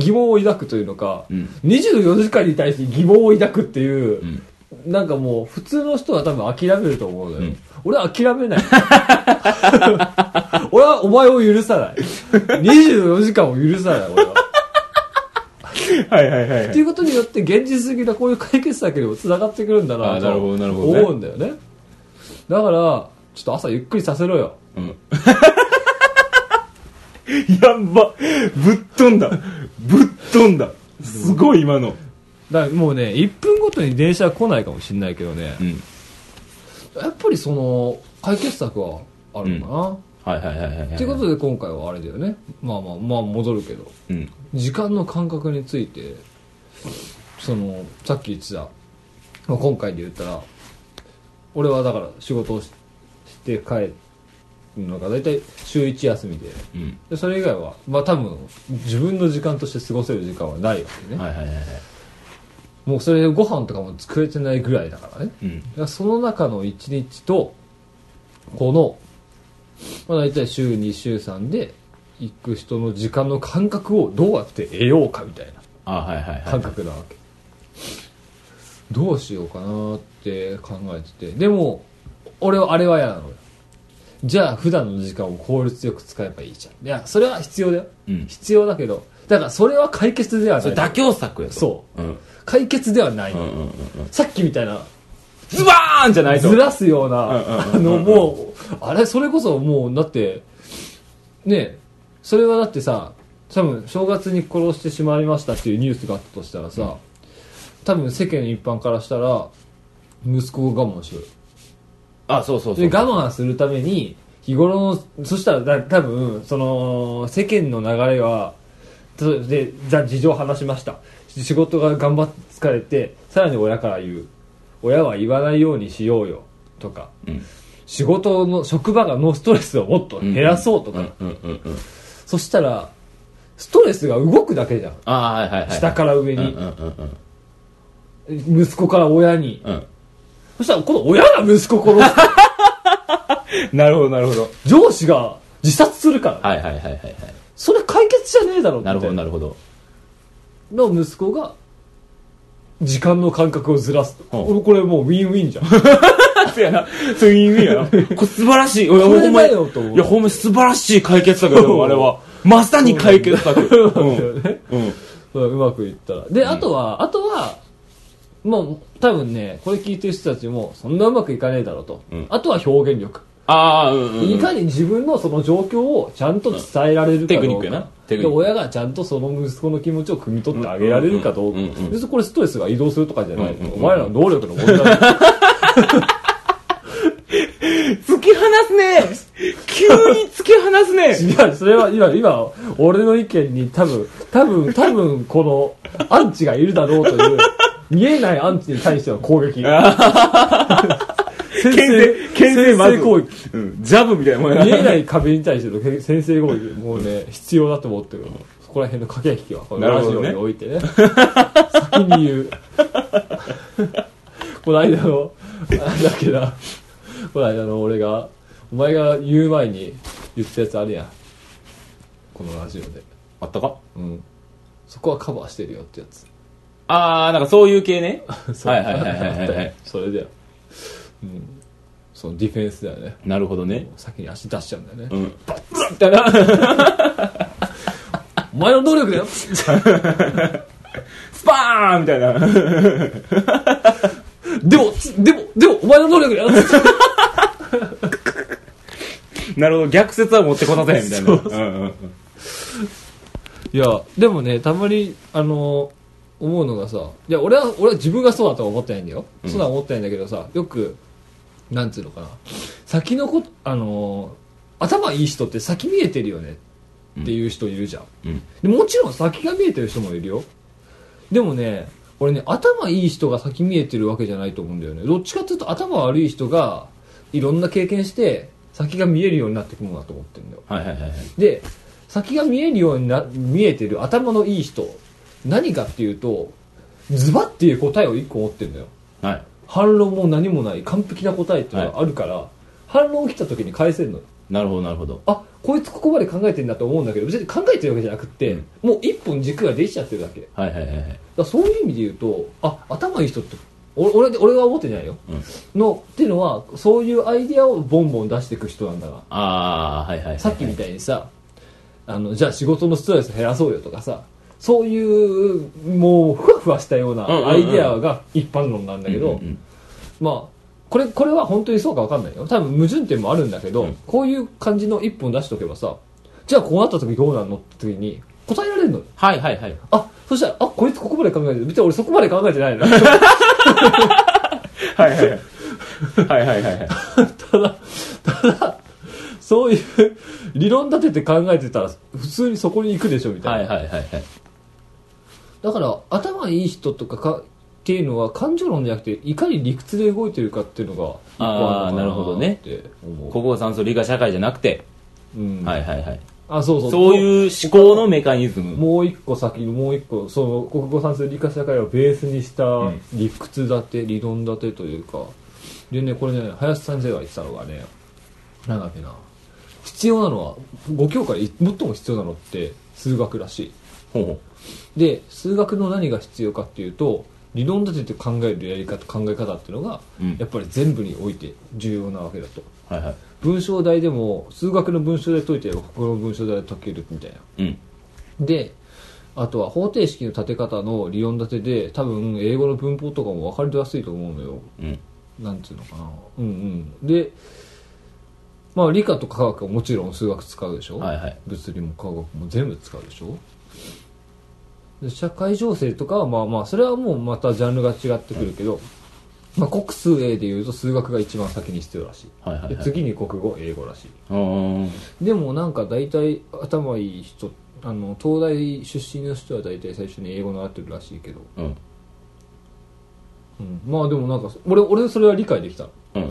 [SPEAKER 2] 疑問を抱くというのか、
[SPEAKER 1] うん
[SPEAKER 2] 24時間に対して疑問を抱くっていう
[SPEAKER 1] う、ん
[SPEAKER 2] なんかもう普通の人は多分諦めると思うのよ、
[SPEAKER 1] うん
[SPEAKER 2] 俺は諦めない (laughs) 俺はお前を許さない24時間を許さない俺は
[SPEAKER 1] はいはいはい
[SPEAKER 2] っていうことによって現実的なこういう解決策にもつながってくるんだな
[SPEAKER 1] あ
[SPEAKER 2] と
[SPEAKER 1] なるほどなるほどね
[SPEAKER 2] 思うんだよねだからちょっと朝ゆっくりさせろよ
[SPEAKER 1] うん、やっばぶっ飛んだぶっ飛んだすごい今の
[SPEAKER 2] だからもうね1分ごとに電車は来ないかもしれないけどね
[SPEAKER 1] う、ん
[SPEAKER 2] やっぱりその解決策はあるのかな、
[SPEAKER 1] はいはいはいはい
[SPEAKER 2] ということで今回はあれだよねまあまあまあ戻るけど
[SPEAKER 1] うん
[SPEAKER 2] 時間の感覚についてそのさっき言ってた、まあ、今回で言ったら俺はだから仕事をしして帰るのが大体週1休みで
[SPEAKER 1] うん
[SPEAKER 2] でそれ以外はまあ多分自分の時間として過ごせる時間はないわけね、
[SPEAKER 1] はいはいはいはい
[SPEAKER 2] もうそれでご飯とかも作れてないぐらいだからね
[SPEAKER 1] うん
[SPEAKER 2] だからその中の1日とこの、まあ、大体週2週3で行く人の時間の感覚をどうやって得ようかみたいな
[SPEAKER 1] あはいはいはい
[SPEAKER 2] 感覚なわけどうしようかなって考えててでも俺はあれは嫌なのよじゃあ普段の時間を効率よく使えばいいじゃんいやそれは必要だよ、
[SPEAKER 1] うん
[SPEAKER 2] 必要だけどだからそれは解決では
[SPEAKER 1] そ
[SPEAKER 2] な
[SPEAKER 1] れ
[SPEAKER 2] い
[SPEAKER 1] 妥協策やと、
[SPEAKER 2] そう
[SPEAKER 1] うん、
[SPEAKER 2] 解決ではないの
[SPEAKER 1] うん
[SPEAKER 2] よ、
[SPEAKER 1] うんうんうん
[SPEAKER 2] さっきみたいな
[SPEAKER 1] ズバーンじゃないと
[SPEAKER 2] ずらすような、あ
[SPEAKER 1] うんうんうんう
[SPEAKER 2] の、
[SPEAKER 1] ん
[SPEAKER 2] もう、あれ、それこそもう、だって、ねえそれはだってさ、多分、正月に殺してしまいましたっていうニュースがあったとしたらさ、多分世間一般からしたら、息子を我慢しろよ。
[SPEAKER 1] あそうそうそう
[SPEAKER 2] で、我慢するために、日頃の、そしたらだ多分、その、世間の流れは、とで、じゃあ事情を話しました。仕事が頑張って疲れて、さらに親から言う。親は言わないようにしようよ。とか。
[SPEAKER 1] うん
[SPEAKER 2] 仕事の職場がのストレスをもっと減らそうとか、
[SPEAKER 1] うんうんうんうん
[SPEAKER 2] そしたらストレスが動くだけじゃん
[SPEAKER 1] あはいはいはい
[SPEAKER 2] 下から上
[SPEAKER 1] うん
[SPEAKER 2] に、
[SPEAKER 1] うんうんうん
[SPEAKER 2] 息子から親に、
[SPEAKER 1] うん
[SPEAKER 2] そしたらこの親が息子殺す
[SPEAKER 1] なるほどなるほど
[SPEAKER 2] 上司が自殺するから、
[SPEAKER 1] はいはいはいはいはい
[SPEAKER 2] それ解決じゃねえだろみ
[SPEAKER 1] ない
[SPEAKER 2] た
[SPEAKER 1] るほどなるほど
[SPEAKER 2] の息子が時間の感覚をずらすと、
[SPEAKER 1] ほう
[SPEAKER 2] 俺これもうウィンウィンじゃ (laughs) ん
[SPEAKER 1] そやなそういう意味やなこれ素晴らしいいや
[SPEAKER 2] これ
[SPEAKER 1] ほんま
[SPEAKER 2] だ
[SPEAKER 1] に
[SPEAKER 2] よと思う
[SPEAKER 1] いやほんまに素晴らしい解決策だよあれはまさに解決策うんうん
[SPEAKER 2] うんうまくいったらであとは、あとはもう多分ねこれ聞いてる人たちもそんなうまくいかねえだろうと、
[SPEAKER 1] うん
[SPEAKER 2] あとは表現力
[SPEAKER 1] ああうんうんうん
[SPEAKER 2] いかに自分のその状況をちゃんと伝えられるかどうか、
[SPEAKER 1] テクニックやなテク
[SPEAKER 2] で
[SPEAKER 1] ニック
[SPEAKER 2] 親がちゃんとその息子の気持ちを汲み取ってあげられるかどうか、
[SPEAKER 1] うんうんうんうん
[SPEAKER 2] 別にこれストレスが移動するとかじゃない、
[SPEAKER 1] うんうんうん
[SPEAKER 2] お前らの能力の問題だよ
[SPEAKER 1] 突き放すね急に突き放すね
[SPEAKER 2] 違うそれは今今俺の意見に多分多分多分このアンチがいるだろうという見えないアンチに対しての攻撃先
[SPEAKER 1] 牽制
[SPEAKER 2] 生
[SPEAKER 1] 牽制まず
[SPEAKER 2] 先制攻撃
[SPEAKER 1] うんジャブみたいなもんや
[SPEAKER 2] 見え
[SPEAKER 1] な
[SPEAKER 2] ない壁に対してのけ先制攻撃もうね必要だと思ってるそこら辺の駆け引きはこの
[SPEAKER 1] なる
[SPEAKER 2] ラ
[SPEAKER 1] ほ
[SPEAKER 2] ジ
[SPEAKER 1] ど
[SPEAKER 2] オ
[SPEAKER 1] ね
[SPEAKER 2] においてね先に言う (laughs) この間のなんだっけなこの間の俺がお前が言う前に言ったやつあるやんこのラジオで
[SPEAKER 1] あったか
[SPEAKER 2] うんそこはカバーしてるよってやつ
[SPEAKER 1] ああなんか (laughs) そういう系ね
[SPEAKER 2] そう
[SPEAKER 1] はいはいはいはいはいはい
[SPEAKER 2] それだよ、うん、そのディフェンスだよね
[SPEAKER 1] なるほどね
[SPEAKER 2] 先に足出しちゃうんだよね、
[SPEAKER 1] うん
[SPEAKER 2] みたいな。お前の能力だよ。
[SPEAKER 1] スパーンみたいな
[SPEAKER 2] でも、でも、でも、お前の能力だよ。
[SPEAKER 1] なるほど、逆説は持ってこさせへんみたいな。うんうんうん
[SPEAKER 2] いや、でもね、たまに、あの、思うのがさ、いや、俺は、俺は自分がそうだとは思ってないんだよ。そうだとは思ってないんだけどさ、よく、なんつうのかな。先のこと、あの、頭いい人って先見えてるよねっていう人いるじゃん。
[SPEAKER 1] うん
[SPEAKER 2] でもちろん先が見えてる人もいるよ。でもね、俺ね、頭いい人が先見えてるわけじゃないと思うんだよね。どっちかっていうと頭悪い人が、いろんな経験して、先が見えるようになってくものだと思ってるんだよ。
[SPEAKER 1] はいはいはいはい。
[SPEAKER 2] で、先が見えるようにな、見えてる頭のいい人、何かっていうと、ズバっていう答えを一個持ってるんだよ。
[SPEAKER 1] はい。
[SPEAKER 2] 反論も何もない、完璧な答えっていうのがあるから、反論起きた時に返せるのよ。
[SPEAKER 1] なるほど、なるほど。
[SPEAKER 2] あこいつここまで考えてんだと思うんだけど別に考えてるわけじゃなくって、
[SPEAKER 1] うん
[SPEAKER 2] もう一本軸ができちゃってるだけだか
[SPEAKER 1] はいはいはいはい。
[SPEAKER 2] らそういう意味で言うとあ頭いい人ってお俺俺は思ってないよ
[SPEAKER 1] うん
[SPEAKER 2] のっていうのはそういうアイディアをボンボン出していく人なんだが
[SPEAKER 1] ああ、はいはいはいはい。
[SPEAKER 2] さっきみたいにさあのじゃあ仕事のストレス減らそうよとかさそういうもうふわふわしたような
[SPEAKER 1] うんうんうん
[SPEAKER 2] アイディアが一般論なんだけど、
[SPEAKER 1] うんうん
[SPEAKER 2] まあこれこれは本当にそうかわかんないよ多分矛盾点もあるんだけど、
[SPEAKER 1] うん
[SPEAKER 2] こういう感じの一本出しとけばさじゃあこうなった時どうなんのって時に答えられるのよ
[SPEAKER 1] はいはいはい。
[SPEAKER 2] あそしたらあこいつここまで考えてる別に俺そこまで考えてないの
[SPEAKER 1] はいはいはい。はいはいはいはい。
[SPEAKER 2] (laughs) ただただそういう理論立てて考えてたら普通にそこに行くでしょみたいな、
[SPEAKER 1] はいはいはいはい。
[SPEAKER 2] だから頭いい人とかかっていうのは感情論じゃなくていかに理屈で動いてるかっていうのが一個あるのか
[SPEAKER 1] あーなるほどね
[SPEAKER 2] って思う
[SPEAKER 1] ここが酸素理科社会じゃなくて、
[SPEAKER 2] うん
[SPEAKER 1] はいはいはい。
[SPEAKER 2] あそうそう
[SPEAKER 1] そういう思考のメカニズム。
[SPEAKER 2] もう一個先にもう一個その国語算数理科社会をベースにした
[SPEAKER 1] ん
[SPEAKER 2] 理屈立て、理論立てというかでねこれね林先生が言ってたのがねなんだっけな必要なのは5教科で最も必要なのって数学らし
[SPEAKER 1] ほうほう
[SPEAKER 2] いで数学の何が必要かっていうと理論立てて考えるやり方考え方っていうのが、
[SPEAKER 1] うん
[SPEAKER 2] やっぱり全部において重要なわけだと
[SPEAKER 1] はいはい
[SPEAKER 2] 文章題でも数学の文章で解いて国語の文章題で解けるみたいな
[SPEAKER 1] うん
[SPEAKER 2] であとは方程式の立て方の理論立てで多分英語の文法とかも分かりやすいと思うのよ
[SPEAKER 1] うん
[SPEAKER 2] なんていうのかなうんうんでまあ理科と科学はもちろん数学使うでしょ、
[SPEAKER 1] はいはい
[SPEAKER 2] 物理も科学も全部使うでしょで社会情勢とかはまあまあそれはもうまたジャンルが違ってくるけど、まあ、国数 A でいうと数学が一番先に必要らしい
[SPEAKER 1] はいはい
[SPEAKER 2] で
[SPEAKER 1] はい
[SPEAKER 2] 次に国語英語らしい
[SPEAKER 1] あー
[SPEAKER 2] でもなんか大体頭いい人あの東大出身の人は大体最初に英語習ってるらしいけど、
[SPEAKER 1] うん
[SPEAKER 2] うん、まあでもなんか俺俺それは理解できた
[SPEAKER 1] うん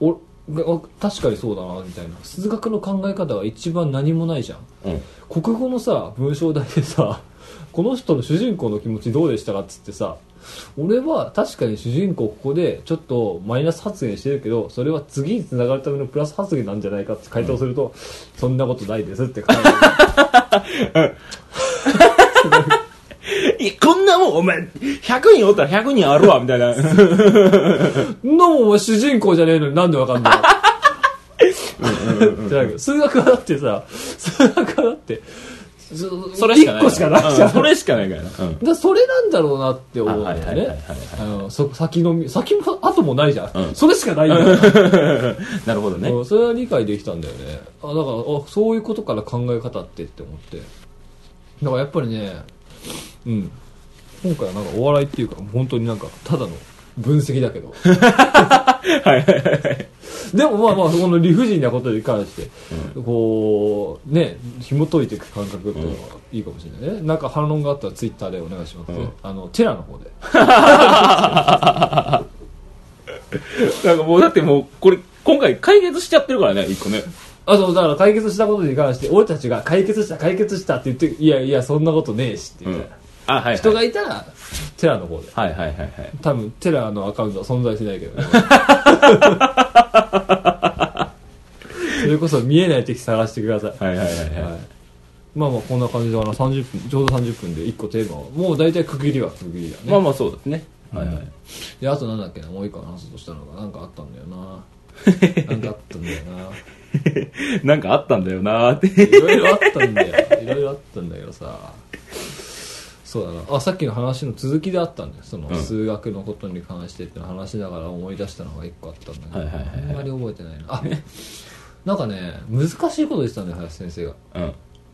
[SPEAKER 1] うん
[SPEAKER 2] おあ確かにそうだなみたいな数学の考え方が一番何もないじゃん
[SPEAKER 1] うん
[SPEAKER 2] 国語のさ文章題でさ (laughs) この人の主人公の気持ちどうでしたかっつってさ俺は確かに主人公ここでちょっとマイナス発言してるけどそれは次につながるためのプラス発言なんじゃないかって回答すると、そんなことないですって返る (laughs)
[SPEAKER 1] いやこんなもんお前100人おったら100人あるわみたいな
[SPEAKER 2] のもお前主人公じゃねえのになんでわかんない (laughs) ってなるけど数学はだってさ数学はだってそ
[SPEAKER 1] それしかない
[SPEAKER 2] 1個しかないじゃん
[SPEAKER 1] うんそれしかないからなうん
[SPEAKER 2] だそれなんだろうなって思うんだ
[SPEAKER 1] あは
[SPEAKER 2] よ
[SPEAKER 1] いはいはい
[SPEAKER 2] ね
[SPEAKER 1] はいはい
[SPEAKER 2] あのそ先のみ先も後もないじゃん、
[SPEAKER 1] うん
[SPEAKER 2] それしかないんだよ、
[SPEAKER 1] なるほどね
[SPEAKER 2] うんそれは理解できたんだよねあだからあそういうことから考え方ってって思ってだからやっぱりねうん今回はなんかお笑いっていうか本当になんかただの分析だ
[SPEAKER 1] (laughs)
[SPEAKER 2] けどでもまあまあこの理不尽なことに関して、こうね紐解いていく感覚っていうのはいいかもしれないね、なんか反論があったらツイッターでお願いします、
[SPEAKER 1] うん
[SPEAKER 2] あのテラの方で
[SPEAKER 1] なんかもうだってもうこれ今回解決しちゃってるからね一個ね
[SPEAKER 2] あそうだから解決したことに関して俺たちが解決した解決したって言っていやいやそんなことねえしって言ったら、
[SPEAKER 1] あはいはい
[SPEAKER 2] 人がいたらテラの方で
[SPEAKER 1] はいはいはいはい
[SPEAKER 2] 多分テラのアカウントは存在しない
[SPEAKER 1] (laughs)
[SPEAKER 2] けどねそれこそ見えない敵探してください、
[SPEAKER 1] はいはいはいはい
[SPEAKER 2] はいまあまあこんな感じだな30分ちょうど30分で1個テーマをもう大体区切りは区切りだね、
[SPEAKER 1] まあまあそうですねはいはい
[SPEAKER 2] であとなんだっけなもう一個話そうとしたのがなんかあったんだ
[SPEAKER 1] (laughs)
[SPEAKER 2] よななんかあったんだよな
[SPEAKER 1] なんかあったんだよなーって。
[SPEAKER 2] いろいろあったんだよ。いろいろあったんだけどさ。そうだな。あ、さっきの話の続きであったんだよ。その
[SPEAKER 1] うん
[SPEAKER 2] 数学のことに関してっての話しながら思い出したのが一個あったんだけど、
[SPEAKER 1] はいはいはいはい
[SPEAKER 2] あんまり覚えてないな。あ、なんかね、難しいこと言ってたんだよ、林先生が。
[SPEAKER 1] うん。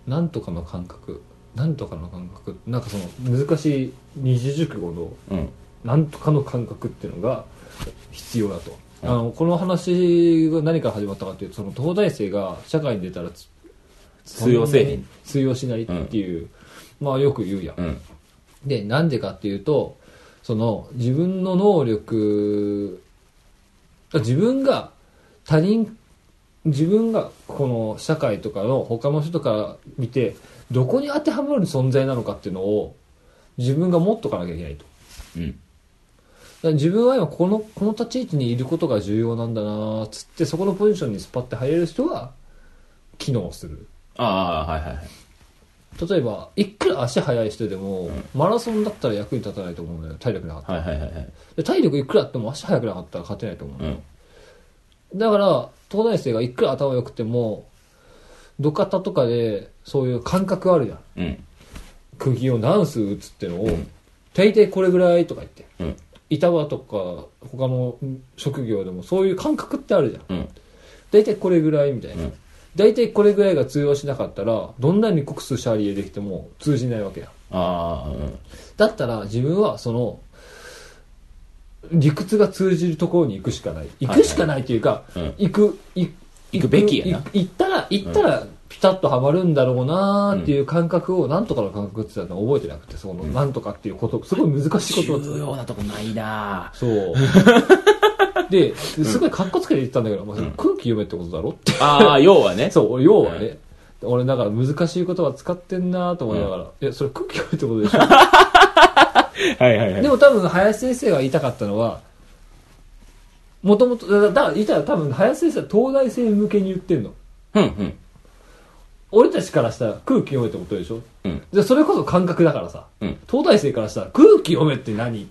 [SPEAKER 2] なんとかの感覚。なんとかの感覚。なんかその難しい二字熟語の
[SPEAKER 1] うん。
[SPEAKER 2] なんとかの感覚っていうのが必要だと、あのこの話が何から始まったかっていうとその東大生が社会に出たらつ
[SPEAKER 1] 通用せえへん
[SPEAKER 2] 通用しないっていう、まあよく言うやん、
[SPEAKER 1] うん。
[SPEAKER 2] でなんでかっていうとその自分の能力自分が他人自分がこの社会とかの他の人とか見てどこに当てはまる存在なのかっていうのを自分が持っとかなきゃいけないと
[SPEAKER 1] うん。
[SPEAKER 2] だから自分は今このこの立ち位置にいることが重要なんだなっつってそこのポジションにスパッて入れる人は機能する
[SPEAKER 1] ああ、はいはいはい。
[SPEAKER 2] 例えばいくら足速い人でも、マラソンだったら役に立たないと思うのよ体力なかったら
[SPEAKER 1] はいはいはいはい。
[SPEAKER 2] で体力いくらあっても足速くなかったら勝てないと思うの
[SPEAKER 1] う
[SPEAKER 2] よ、
[SPEAKER 1] ん。
[SPEAKER 2] だから東大生がいくら頭良くても土方とかでそういう感覚あるじゃ
[SPEAKER 1] う
[SPEAKER 2] ん
[SPEAKER 1] ん。
[SPEAKER 2] 釘を何数打つってのを、大体これぐらいとか言って
[SPEAKER 1] うん。
[SPEAKER 2] 板場とか他の職業でもそういう感覚ってあるじゃん
[SPEAKER 1] うん。
[SPEAKER 2] 大体これぐらいみたいな、
[SPEAKER 1] うん
[SPEAKER 2] 大体これぐらいが通用しなかったらどんなに国数シャーリエできても通じないわけや
[SPEAKER 1] ああ、うん。
[SPEAKER 2] だったら自分はその理屈が通じるところに行くしかない行くしかないというか、
[SPEAKER 1] うん
[SPEAKER 2] 行くい
[SPEAKER 1] 行くべきやない
[SPEAKER 2] 行ったら行ったらピタッとはまるんだろうなーっていう感覚をなんとかの感覚って言ったの覚えてなくてそのなんとかっていうことすごい難しいことを
[SPEAKER 1] 重要なとこないな (laughs)
[SPEAKER 2] そうで、すごいカッコつけて言ったんだけど、まあ、空気読めってことだろって
[SPEAKER 1] ーああ、要はね。
[SPEAKER 2] (laughs) そう、俺要はね、俺だから難しい言葉使ってんなと思いながら、いや、それ空気読むってことでし
[SPEAKER 1] はいはいは
[SPEAKER 2] (laughs) ょ。でも多分、林先生が言いたかったのは、もともと、だだから、言ったら多分、林先生は東大生向けに言ってんの。
[SPEAKER 1] うんうん。
[SPEAKER 2] 俺たちからしたら空気読めってことでしょ
[SPEAKER 1] うん
[SPEAKER 2] じゃあそれこそ感覚だからさ、
[SPEAKER 1] うん
[SPEAKER 2] 東大生からしたら空気読めって何っ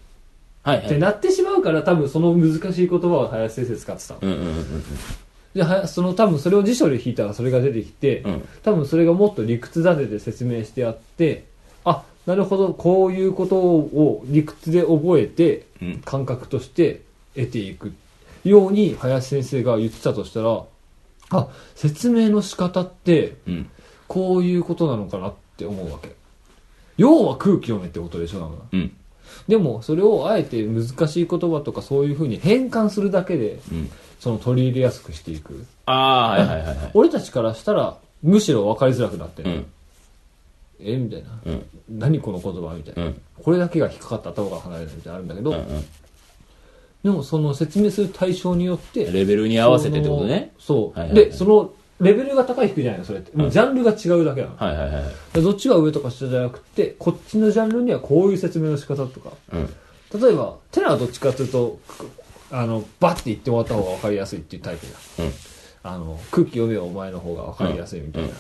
[SPEAKER 1] はいはい。
[SPEAKER 2] てなってしまうから多分その難しい言葉を林先生使ってたの
[SPEAKER 1] うんうんうんうん。
[SPEAKER 2] ではその多分それを辞書で引いたらそれが出てきて、
[SPEAKER 1] うん
[SPEAKER 2] 多分それがもっと理屈立てて説明してあってあなるほどこういうことを理屈で覚えて、
[SPEAKER 1] うん
[SPEAKER 2] 感覚として得ていくように林先生が言ってたとしたらあ説明の仕方って
[SPEAKER 1] うん。
[SPEAKER 2] こういうことなのかなって思うわけ要は空気読めってことでしょだから
[SPEAKER 1] うん。
[SPEAKER 2] でもそれをあえて難しい言葉とかそういうふうに変換するだけで
[SPEAKER 1] うん。
[SPEAKER 2] その取り入れやすくしていく
[SPEAKER 1] ああー、はいはいはいはい。
[SPEAKER 2] 俺たちからしたらむしろ分かりづらくなって
[SPEAKER 1] う
[SPEAKER 2] る、
[SPEAKER 1] ん。
[SPEAKER 2] えみたいな
[SPEAKER 1] うん。
[SPEAKER 2] 何この言葉みたいな、
[SPEAKER 1] うん。
[SPEAKER 2] これだけが引っかかった頭から離れるみたいなのあるんだけど、
[SPEAKER 1] うんうん。
[SPEAKER 2] でもその説明する対象によって
[SPEAKER 1] レベルに合わせてってことね。
[SPEAKER 2] そのそう、
[SPEAKER 1] はいはいはい
[SPEAKER 2] でそのレベルが高い低いじゃないのそれってもうジャンルが違うだけなの、
[SPEAKER 1] はいはいはい。
[SPEAKER 2] でどっちが上とか下じゃなくてこっちのジャンルにはこういう説明の仕方とか
[SPEAKER 1] うん。
[SPEAKER 2] 例えばテラはどっちかというとくあのバッて言って終わった方が分かりやすいっていうタイプだ
[SPEAKER 1] うん。
[SPEAKER 2] あの空気読めよお前の方が分かりやすいみたいな、
[SPEAKER 1] うん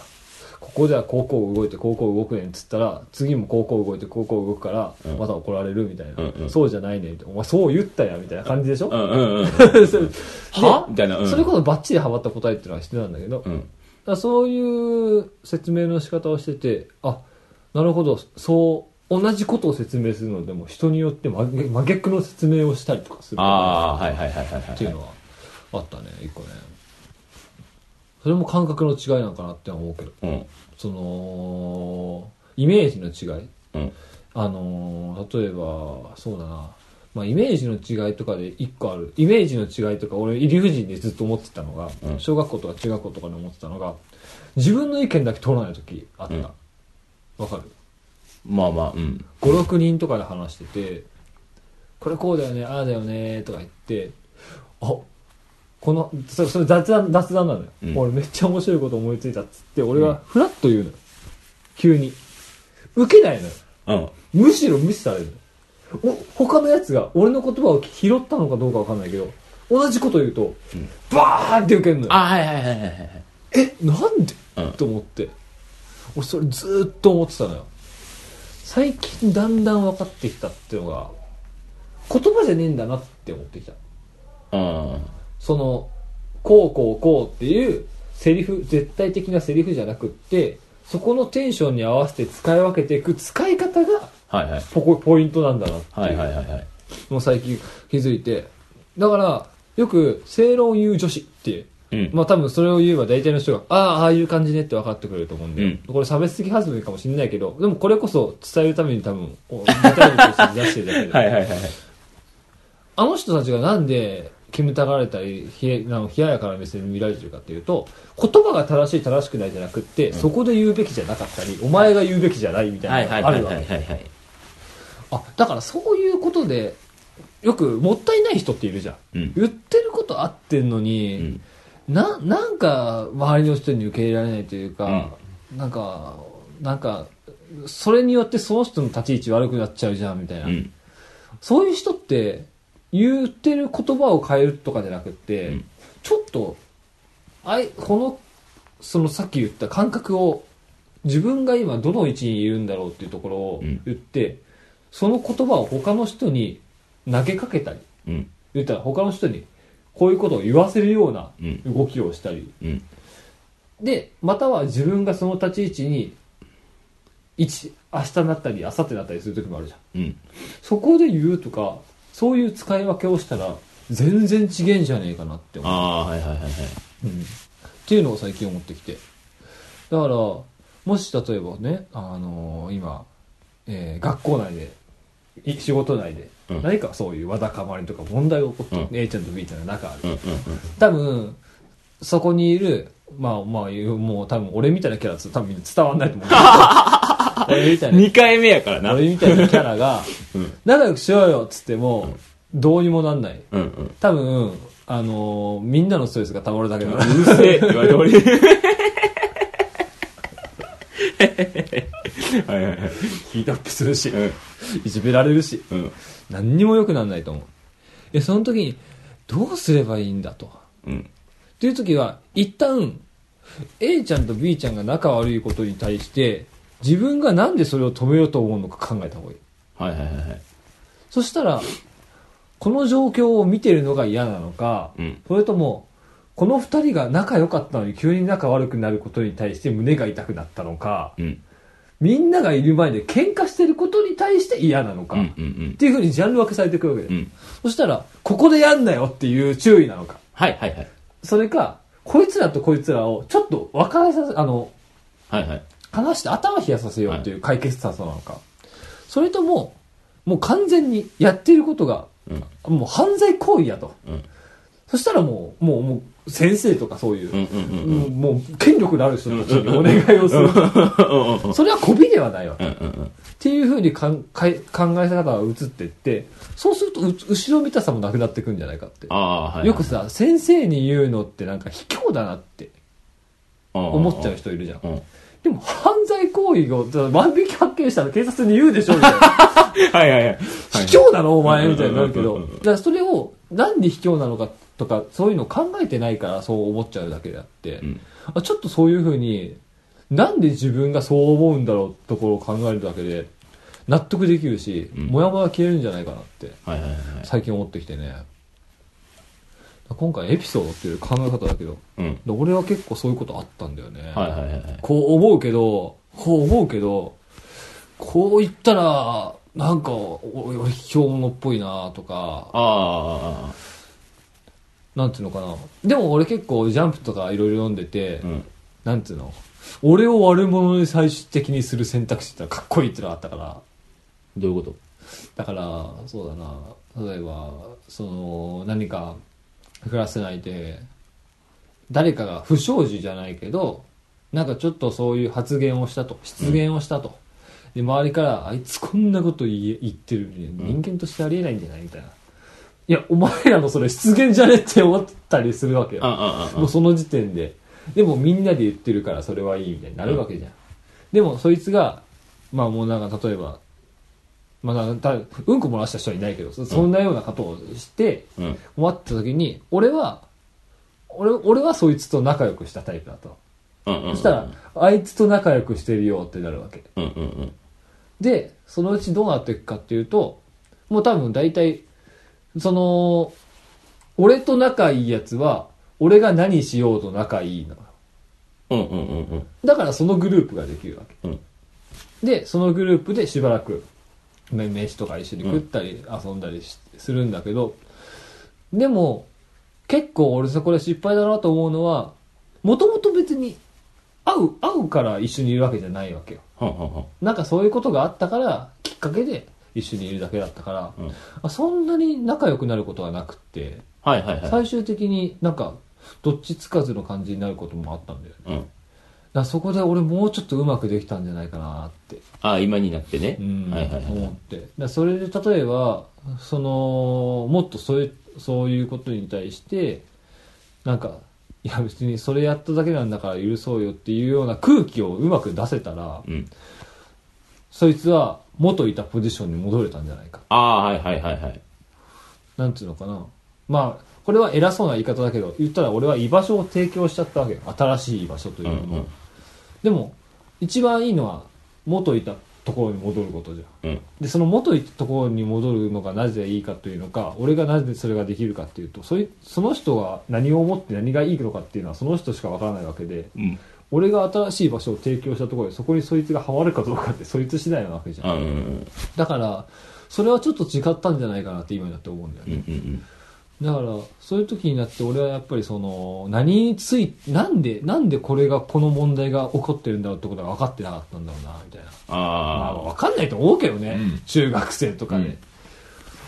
[SPEAKER 2] ここでは高校動いて高校動くねんっつったら次も高校動いて高校動くから
[SPEAKER 1] うん
[SPEAKER 2] また怒られるみたいな、
[SPEAKER 1] うんうん
[SPEAKER 2] そうじゃないねんってお前そう言ったやみたいな感じでしょ、
[SPEAKER 1] うんうんうん。は
[SPEAKER 2] (laughs) は
[SPEAKER 1] みたいな。うん
[SPEAKER 2] それこそバッチリハマった答えっていうのはしてたんだけど、だか
[SPEAKER 1] うん。
[SPEAKER 2] らそういう説明の仕方をしててあなるほどそう同じことを説明するのでも人によって真逆真逆の説明をしたりとかする
[SPEAKER 1] ああ、はいはいはいはいはい。
[SPEAKER 2] っていうのはあったね一個ねそれも感覚の違いなのかなって思うけど
[SPEAKER 1] うん。
[SPEAKER 2] そのイメージの違い
[SPEAKER 1] うん。
[SPEAKER 2] あのー例えばそうだなまあ、イメージの違いとかで一個あるイメージの違いとか俺理不尽でずっと思ってたのが、
[SPEAKER 1] うん
[SPEAKER 2] 小学校とか中学校とかで思ってたのが自分の意見だけ通らない時あった
[SPEAKER 1] うん
[SPEAKER 2] わ、かる
[SPEAKER 1] まあまあ、うん。
[SPEAKER 2] 56人とかで話しててこれこうだよねああだよねとか言ってあこのそれそれ雑談雑談なのよ、
[SPEAKER 1] うん
[SPEAKER 2] 俺めっちゃ面白いこと思いついたっつって俺がフラッと言うのよ急に受けないのよ
[SPEAKER 1] うん。
[SPEAKER 2] むしろ無視されるのお他のやつが俺の言葉を拾ったのかどうかわかんないけど同じこと言うと、バーンって受けるのよ
[SPEAKER 1] あはいはいはいはいはい。
[SPEAKER 2] えなんで、
[SPEAKER 1] うん
[SPEAKER 2] と思って俺それずーっと思ってたのよ最近だんだん分かってきたっていうのが言葉じゃねえんだなって思ってきた
[SPEAKER 1] うん。
[SPEAKER 2] そのこうこうこうっていうセリフ絶対的なセリフじゃなくってそこのテンションに合わせて使い分けていく使い方が
[SPEAKER 1] はいはい。
[SPEAKER 2] ポコポイントなんだなっていう、
[SPEAKER 1] はいはいはいはい。
[SPEAKER 2] もう最近気づいてだからよく正論言う女子って
[SPEAKER 1] うん。
[SPEAKER 2] まあ多分それを言えば大体の人が、ああ、ああいう感じねって分かってくれると思うんで、
[SPEAKER 1] うん
[SPEAKER 2] これ差別的発言かもしれないけど、でもこれこそ伝えるために多分、こう似たようなことを出してるだけ
[SPEAKER 1] (laughs)
[SPEAKER 2] で、
[SPEAKER 1] はいはいはいはい。
[SPEAKER 2] あの人たちがなんで、煙たがられたり、冷え、なんか冷ややかな目線で見られてるかっていうと、言葉が正しい正しくないじゃなくって、そこで言うべきじゃなかったり、お前が言うべきじゃないみた
[SPEAKER 1] はいい
[SPEAKER 2] な
[SPEAKER 1] はい
[SPEAKER 2] のがあ
[SPEAKER 1] はい
[SPEAKER 2] るわ
[SPEAKER 1] は
[SPEAKER 2] け
[SPEAKER 1] いはいはい。
[SPEAKER 2] あだからそういうことでよくもったいない人っているじゃん、
[SPEAKER 1] うん
[SPEAKER 2] 言ってること合ってんのに、ななんか周りの人に受け入れられないというか、なんかなんかそれによってその人の立ち位置悪くなっちゃうじゃんみたいな、
[SPEAKER 1] うん。
[SPEAKER 2] そういう人って言ってる言葉を変えるとかじゃなくって、
[SPEAKER 1] うん
[SPEAKER 2] ちょっとあいこのそのさっき言った感覚を自分が今どの位置にいるんだろうっていうところを
[SPEAKER 1] うん
[SPEAKER 2] 言って、その言葉を他の人に投げかけたり
[SPEAKER 1] うん。
[SPEAKER 2] 言ったら他の人にこういうことを言わせるような
[SPEAKER 1] うん。
[SPEAKER 2] 動きをしたり
[SPEAKER 1] うん。
[SPEAKER 2] でまたは自分がその立ち位置に一明日になったり明後日になったりする時もあるじゃん。
[SPEAKER 1] うん。
[SPEAKER 2] そこで言うとかそういう使い分けをしたら全然違えんじゃねえかなって思う、
[SPEAKER 1] ああー、はいはいはいはい。
[SPEAKER 2] うんっていうのを最近思ってきてだからもし例えばね、あのー今、えー学校内でい仕事内で、
[SPEAKER 1] うん
[SPEAKER 2] 何かそういうわだかまりとか問題が起こって、
[SPEAKER 1] うん
[SPEAKER 2] A ちゃんと B ちゃんの仲ある、
[SPEAKER 1] うんうん
[SPEAKER 2] 多分そこにいるまあまあもう多分俺みたいなキャラだと多分伝わ
[SPEAKER 1] (laughs)
[SPEAKER 2] んないと思う俺みたい
[SPEAKER 1] うん。
[SPEAKER 2] な
[SPEAKER 1] 二回目やからな。うん
[SPEAKER 2] 俺みたいなキャラが
[SPEAKER 1] (laughs) うん
[SPEAKER 2] 仲良くしようよっつっても、どうにもなんない。
[SPEAKER 1] うん。
[SPEAKER 2] 多分、あのーみんなのストレスが溜まるだけだから。
[SPEAKER 1] うるせえって言われて俺。はいはいはい。
[SPEAKER 2] ヒートアップするし
[SPEAKER 1] う、ん。
[SPEAKER 2] (laughs) いじめられるし、
[SPEAKER 1] うん。
[SPEAKER 2] 何にも良くならないと思う。え、その時に、どうすればいいんだと。
[SPEAKER 1] うん。
[SPEAKER 2] っていう時は、一旦、 A ちゃんと B ちゃんが仲悪いことに対して、自分がなんでそれを止めようと思うのか考えた方がいい。
[SPEAKER 1] はいはいはいはい。
[SPEAKER 2] そしたら、この状況を見てるのが嫌なのか、
[SPEAKER 1] うん。
[SPEAKER 2] それとも、この二人が仲良かったのに急に仲悪くなることに対して胸が痛くなったのか、
[SPEAKER 1] うん。
[SPEAKER 2] みんながいる前で喧嘩してることに対して嫌なのか、
[SPEAKER 1] うんう
[SPEAKER 2] っ
[SPEAKER 1] ん
[SPEAKER 2] ていう風にジャンル分けされていくわけで、
[SPEAKER 1] うん。うん。
[SPEAKER 2] そしたら、ここでやんなよっていう注意なのか、
[SPEAKER 1] はいはいはい。
[SPEAKER 2] それか、こいつらとこいつらをちょっと分かれさせ、あの、
[SPEAKER 1] はいはい。
[SPEAKER 2] 話して頭冷やさせようという解決策なのか、それとも、もう完全にやっていることが、
[SPEAKER 1] うん。
[SPEAKER 2] もう犯罪行為やと。
[SPEAKER 1] うん。
[SPEAKER 2] そしたらもう、もう、もう、先生とかそういうう、
[SPEAKER 1] んうんうん。
[SPEAKER 2] もうもう、権力のある人たちにお願いをする。それは媚びではないわ。
[SPEAKER 1] うんうんうん。
[SPEAKER 2] っていうふうにかんかい考え方が移っていって、そうするとう後ろ見たさもなくなってくんじゃないかって。
[SPEAKER 1] ああ、はいはい。
[SPEAKER 2] よくさ、先生に言うのってなんか卑怯だなって思
[SPEAKER 1] 思
[SPEAKER 2] っちゃう。人いるじゃん。
[SPEAKER 1] うん。は
[SPEAKER 2] でも犯罪行為をだから万引き発見したら警察に言うでしょみたいな。
[SPEAKER 1] いはい
[SPEAKER 2] (laughs)
[SPEAKER 1] はい。
[SPEAKER 2] 卑怯なのお前みたいになるけ
[SPEAKER 1] うん
[SPEAKER 2] ど
[SPEAKER 1] うんうんうんうん、
[SPEAKER 2] だからそれをなんで卑怯なのかとか、そういうの考えてないからそう思っちゃうだけであって、
[SPEAKER 1] うん
[SPEAKER 2] あちょっとそういうふうに、なんで自分がそう思うんだろうってところを考えるだけで、納得できるし、
[SPEAKER 1] うん
[SPEAKER 2] もやもや消えるんじゃないかなって、
[SPEAKER 1] はいはいはい。
[SPEAKER 2] 最近思ってきてね。今回エピソードっていう考え方だけど、
[SPEAKER 1] うん。
[SPEAKER 2] で俺は結構そういうことあったんだよね。
[SPEAKER 1] はいはいはいはい。
[SPEAKER 2] こう思うけど、こう思うけど、こう言ったら、なんか、お俺、卑怯者っぽいなとか、
[SPEAKER 1] あ
[SPEAKER 2] なんていうのかな。でも俺結構ジャンプとかいろいろ読んでて
[SPEAKER 1] あ、、うん。
[SPEAKER 2] なんていうの俺を悪者に最終的にする選択肢ってのはかっこいいってのがあったから。
[SPEAKER 1] どういうこと
[SPEAKER 2] だから、そうだな。例えば、その、何か、クラス内で、誰かが不祥事じゃないけど、なんかちょっとそういう発言をしたと、失言をしたと。で、周りから、あいつこんなこと言え言ってるのに、人間としてありえないんじゃないみたいな。いや、お前らのそれ失言じゃねって思ったりするわけよ。
[SPEAKER 1] ああ、あ
[SPEAKER 2] もうその時点で。でもみんなで言ってるからそれはいいみたいになるわけじゃん。でもそいつが、まあもうなんか例えば、まあなんかたうんこ漏らした人はいないけど、そそんなようなことをして
[SPEAKER 1] あ。うん。
[SPEAKER 2] 困った時に、俺は、俺俺はそいつと仲良くしたタイプだと。
[SPEAKER 1] うんうん。
[SPEAKER 2] そしたら、あいつと仲良くしてるよってなるわけ。
[SPEAKER 1] うんうんうん。
[SPEAKER 2] で、そのうちどうなっていくかっていうと、もう多分大体、その、俺と仲いいやつは、俺が何しようと仲いいの。
[SPEAKER 1] うんうんうんうん。
[SPEAKER 2] だからそのグループができるわけ。
[SPEAKER 1] うん
[SPEAKER 2] で、そのグループでしばらく、め飯とか一緒に食ったり遊んだりしするんだけど、でも、結構俺さ、これ失敗だなと思うのは、もともと別に、会う、会うから一緒にいるわけじゃないわけよ。
[SPEAKER 1] はんはんはん。
[SPEAKER 2] なんかそういうことがあったから、きっかけで一緒にいるだけだったから、
[SPEAKER 1] うん
[SPEAKER 2] あそんなに仲良くなることはなくって、
[SPEAKER 1] はいはいはい。
[SPEAKER 2] 最終的になんか、どっちつかずの感じになることもあったんだよね。
[SPEAKER 1] うん。
[SPEAKER 2] だからそこで俺もうちょっとうまくできたんじゃないかなって、
[SPEAKER 1] ああ、今になってね。
[SPEAKER 2] うん
[SPEAKER 1] はいはいはい
[SPEAKER 2] 思って。だからそれで例えば、その、もっとそういう、そういうことに対して、なんか、いや別にそれやっただけなんだから許そうよっていうような空気をうまく出せたら、。
[SPEAKER 1] うん。
[SPEAKER 2] そいつは元いたポジションに戻れたんじゃないか。
[SPEAKER 1] ああ、はいはいはいはい。
[SPEAKER 2] なんていうのかな。まあ、これは偉そうな言い方だけど、言ったら俺は居場所を提供しちゃったわけよ。新しい居場所と
[SPEAKER 1] う
[SPEAKER 2] い
[SPEAKER 1] ん
[SPEAKER 2] う
[SPEAKER 1] う
[SPEAKER 2] ものを
[SPEAKER 1] ん。
[SPEAKER 2] でも、一番いいのは、元いたところに戻ることじゃん。
[SPEAKER 1] うん。
[SPEAKER 2] で、その元いたところに戻るのがなぜいいかというのか、俺がなぜそれができるかっていうと、そういうその人が何を思って何がいいのかっていうのはその人しかわからないわけで、
[SPEAKER 1] うん。
[SPEAKER 2] 俺が新しい場所を提供したところで、そこにそいつがハマるかどうかってそいつ次第なわけじゃん
[SPEAKER 1] あ。あ、うんうん
[SPEAKER 2] だから、それはちょっと違ったんじゃないかなって今になって思うんだよ
[SPEAKER 1] うん。う
[SPEAKER 2] ね。
[SPEAKER 1] んうん
[SPEAKER 2] だから、そういう時になって俺はやっぱりその、何につい、なんで、なんでこれが、この問題が起こってるんだろうってことが分かってなかったんだろうな、みたいな。まあ、
[SPEAKER 1] あ
[SPEAKER 2] 分かんないと思うけどね、
[SPEAKER 3] うん
[SPEAKER 2] 中学生とかで。
[SPEAKER 1] うん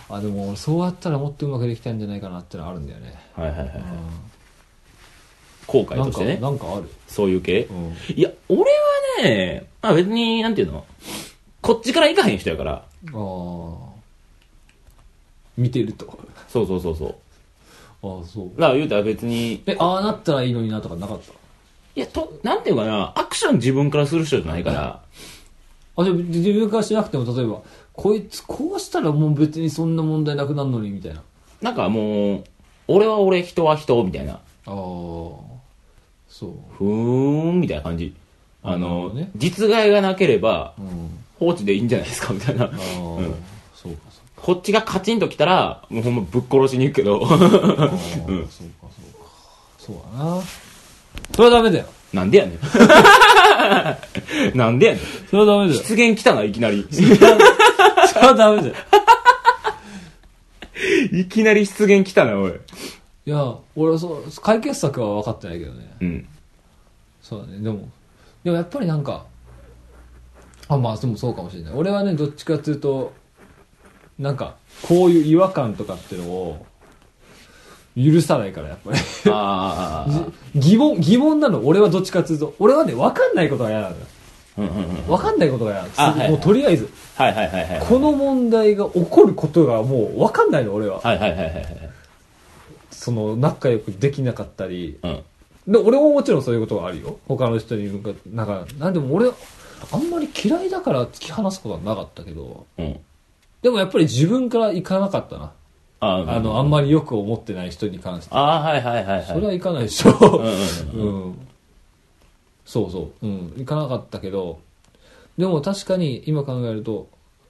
[SPEAKER 2] あ、でもそうやったらもっとうまくできたんじゃないかなってのはあるんだよね。
[SPEAKER 1] あ。はいはいはい。
[SPEAKER 2] う
[SPEAKER 1] 後
[SPEAKER 2] ん、
[SPEAKER 1] 悔
[SPEAKER 2] な
[SPEAKER 1] と
[SPEAKER 2] ん
[SPEAKER 1] し
[SPEAKER 2] か、
[SPEAKER 1] てね。
[SPEAKER 2] なんかある。
[SPEAKER 1] そういう系
[SPEAKER 2] う。ん。
[SPEAKER 1] いや、俺はね、まあ別に、なんていうのこっちから行かへん人やから。
[SPEAKER 2] ああ。見てると。あ
[SPEAKER 1] そうそうそうそう。
[SPEAKER 2] あ、そう。
[SPEAKER 1] だから言うたら別に、
[SPEAKER 2] え、ああなったらいいのになとかなかった
[SPEAKER 1] いや、と、なんていうかな、アクション自分からする人じゃないから、
[SPEAKER 2] あ、じゃあ自分からしなくても、例えば、こいつこうしたらもう別にそんな問題なくなるのに、みたいな。あ
[SPEAKER 1] なんかもう、俺は俺、人は人、みたいな。
[SPEAKER 2] あ。そそう
[SPEAKER 1] ふーん、みたいな感じ。あ
[SPEAKER 2] なるほ
[SPEAKER 1] の、
[SPEAKER 2] どね
[SPEAKER 1] 実害がなければ
[SPEAKER 2] う、ん
[SPEAKER 1] 放置でいいんじゃないですか、みたいな。
[SPEAKER 2] ああ、
[SPEAKER 1] うん
[SPEAKER 2] そうかそう
[SPEAKER 1] こっちがカチンと来たら、もうほんまぶっ殺しに行くけど。 (laughs)
[SPEAKER 2] か、
[SPEAKER 1] うん
[SPEAKER 2] そうかそうかそうだなそれはダメだよ
[SPEAKER 1] なんでやねん。 (laughs) なんでやねん。
[SPEAKER 2] それはダメだよ
[SPEAKER 1] 出現来たな、いきな
[SPEAKER 2] (laughs)
[SPEAKER 1] り。
[SPEAKER 2] それはダメだよ
[SPEAKER 1] いきなり出現来たな、おい。
[SPEAKER 2] いや俺はそう解決策は分かってないけどね
[SPEAKER 1] うん。
[SPEAKER 2] そうだねでもでもやっぱりなんかあまあでもそうかもしれない俺はねどっちかっていうとなんかこういう違和感とかっていうのを許さないからやっぱり
[SPEAKER 1] ああ。
[SPEAKER 2] 疑問疑問なの俺はどっちかっていうと俺はね分かんないことが嫌なのよ
[SPEAKER 1] うんうんうん。
[SPEAKER 2] 分かんないことが嫌なの
[SPEAKER 1] あはいはい
[SPEAKER 2] もうとりあえず
[SPEAKER 1] はいはいはいはい。
[SPEAKER 2] この問題が起こることがもう分かんないの俺は
[SPEAKER 1] はいはいはいはいはい。
[SPEAKER 2] その仲良くできなかったり
[SPEAKER 1] うん。
[SPEAKER 2] で俺ももちろんそういうことはあるよ他の人に向かなんかなんでも俺あんまり嫌いだから突き放すことはなかったけど
[SPEAKER 1] うん。
[SPEAKER 2] でもやっぱり自分から行かなかったな
[SPEAKER 1] あ
[SPEAKER 2] あのあん
[SPEAKER 1] ま。
[SPEAKER 2] まりよく思ってない人に関して
[SPEAKER 1] ああ、はいはいはいはい。
[SPEAKER 2] それは行かないでし
[SPEAKER 1] うんうん
[SPEAKER 2] ょ
[SPEAKER 1] うん。
[SPEAKER 2] うんそうそううん行かなかったけどでも確かに今考えると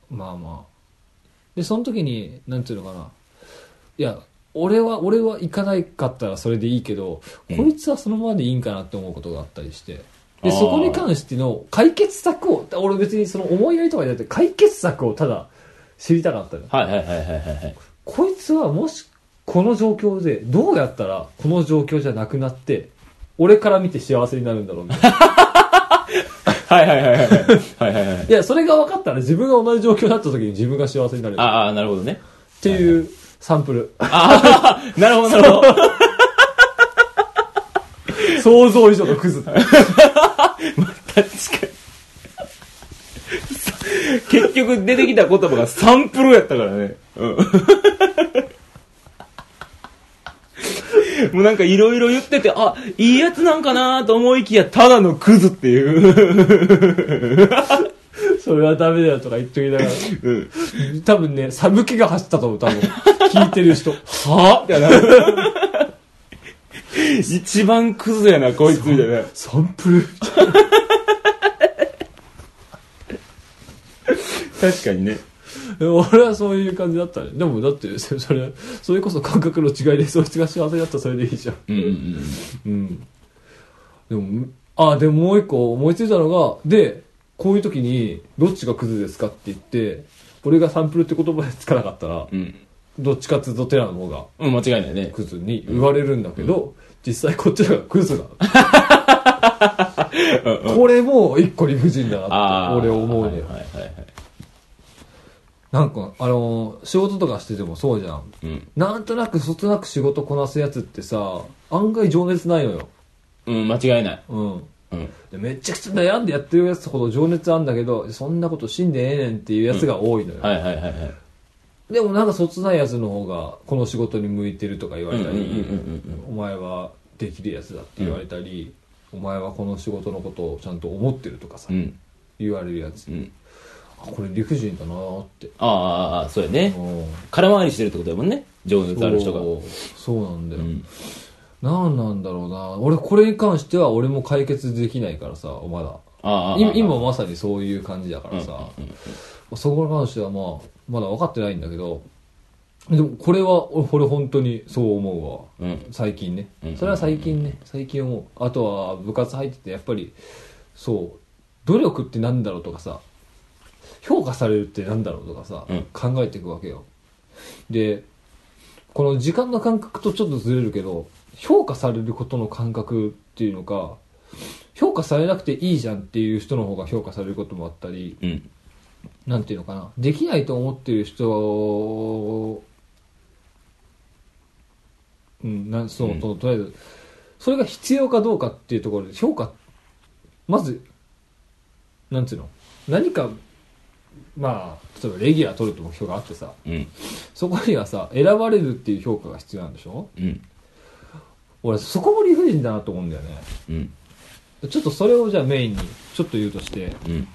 [SPEAKER 2] まあまあでその時になんていうのかないや俺は俺は行かないかったらそれでいいけど、
[SPEAKER 1] うん
[SPEAKER 2] こいつはそのままでいいんかなって思うことがあったりして
[SPEAKER 1] あー
[SPEAKER 2] でそこに関しての解決策を俺別にその思いやりとかじゃなくて解決策をただ知りたかったの
[SPEAKER 1] はいはいはいはいはいはい。
[SPEAKER 2] こいつはもしこの状況でどうやったらこの状況じゃなくなって俺から見て幸せになるんだろうみたいな
[SPEAKER 1] はいはいはいはいはい。はいはいはい。
[SPEAKER 2] (laughs) いやそれが分かったら自分が同じ状況だった時に自分が幸せになるっ
[SPEAKER 1] ああ、なるほどね。
[SPEAKER 2] ていうサンプ (laughs) ル
[SPEAKER 1] ああ、なるほどなるほど。
[SPEAKER 2] 想像以上のクズ
[SPEAKER 1] 確かに。結局出てきた言葉がサンプルやったからね。うん。もうなんかいろいろ言ってて、あ、いいやつなんかなと思いきや、ただのクズっていう。
[SPEAKER 2] それはダメだよとか言っとき (laughs) ながら
[SPEAKER 1] うん。
[SPEAKER 2] 多分ね寒気が走ったと思う多 (laughs) 分聞いてる人
[SPEAKER 1] はみたいな。一番クズやな、こいつみたいな。
[SPEAKER 2] サンプル
[SPEAKER 1] 確かにね。
[SPEAKER 2] でも俺はそういう感じだったねでもだってそれそれこそ感覚の違いでそいつが幸せだったらそれでいいじゃん
[SPEAKER 1] うんうんうん。
[SPEAKER 2] うん。でも、あ、でももう一個思いついたのが、で、こういう時に、どっちがクズですかって言って、俺がサンプルって言葉でつかなかったら、
[SPEAKER 1] うん。
[SPEAKER 2] どっちかっていうとテラの方が
[SPEAKER 1] うん、間違いないね。
[SPEAKER 2] クズに言われるんだけど、実際こっちの方がクズなの。これも一個理不尽だな
[SPEAKER 1] あ
[SPEAKER 2] っ
[SPEAKER 1] あ。
[SPEAKER 2] て、俺思うね、よ
[SPEAKER 1] はいはいはいはい。
[SPEAKER 2] なんか、あのー仕事とかしててもそうじゃん。
[SPEAKER 1] うん。
[SPEAKER 2] なんとなく、そつなく仕事こなすやつってさ、案外情熱ないのよ。
[SPEAKER 1] うん、間違いない。
[SPEAKER 2] うん。
[SPEAKER 1] うん。
[SPEAKER 2] でめちゃくちゃ悩んでやってるやつほど情熱あんだけどそんなこと死んでええねんっていうやつが多いのよ、
[SPEAKER 1] はいはいはいはい。
[SPEAKER 2] でもなんかそつないやつの方がこの仕事に向いてるとか言われたり、
[SPEAKER 1] うんうんうんうん
[SPEAKER 2] お前はできるやつだって言われたり、お前はこの仕事のことをちゃんと思ってるとかさ、
[SPEAKER 1] うん。
[SPEAKER 2] 言われるやつ
[SPEAKER 1] うん。
[SPEAKER 2] あこれ理不尽だなーって
[SPEAKER 1] ああああ、そうやね。空回りしてるってことだもんね。情熱ある人が。
[SPEAKER 2] そうそうなんだよ、
[SPEAKER 1] ん
[SPEAKER 2] なんなんだろうな俺これに関しては俺も解決できないからさまだ
[SPEAKER 1] ああ。
[SPEAKER 2] 今今まさにそういう感じだからさ、
[SPEAKER 1] うんうん
[SPEAKER 2] そこに関してはまあまだ分かってないんだけどでもこれは俺俺本当にそう思うわ
[SPEAKER 1] うん。うん。
[SPEAKER 2] 最近ね
[SPEAKER 1] うん
[SPEAKER 2] それは最近ね最近思うあとは部活入っててやっぱりそう努力ってなんだろうとかさ評価されるってなんだろうとかさ、
[SPEAKER 1] うん
[SPEAKER 2] 考えていくわけよでこの時間の感覚とちょっとずれるけど評価されることの感覚っていうのか評価されなくていいじゃんっていう人の方が評価されることもあったり、
[SPEAKER 1] うん。
[SPEAKER 2] なんていうのかな、できないと思ってる人、うん、なんそう、
[SPEAKER 1] うん
[SPEAKER 2] ととりあえず、それが必要かどうかっていうところで、評価、まず、なんていうの、何か、まあ、例えばレギュラー取るって目標があってさ、
[SPEAKER 1] うん。
[SPEAKER 2] そこにはさ、選ばれるっていう評価が必要なんでしょ
[SPEAKER 1] うん。
[SPEAKER 2] 俺、そこも理不尽だなと思うんだよね。
[SPEAKER 1] うん。
[SPEAKER 2] ちょっとそれをじゃあメインに、ちょっと言うとして、
[SPEAKER 1] うん。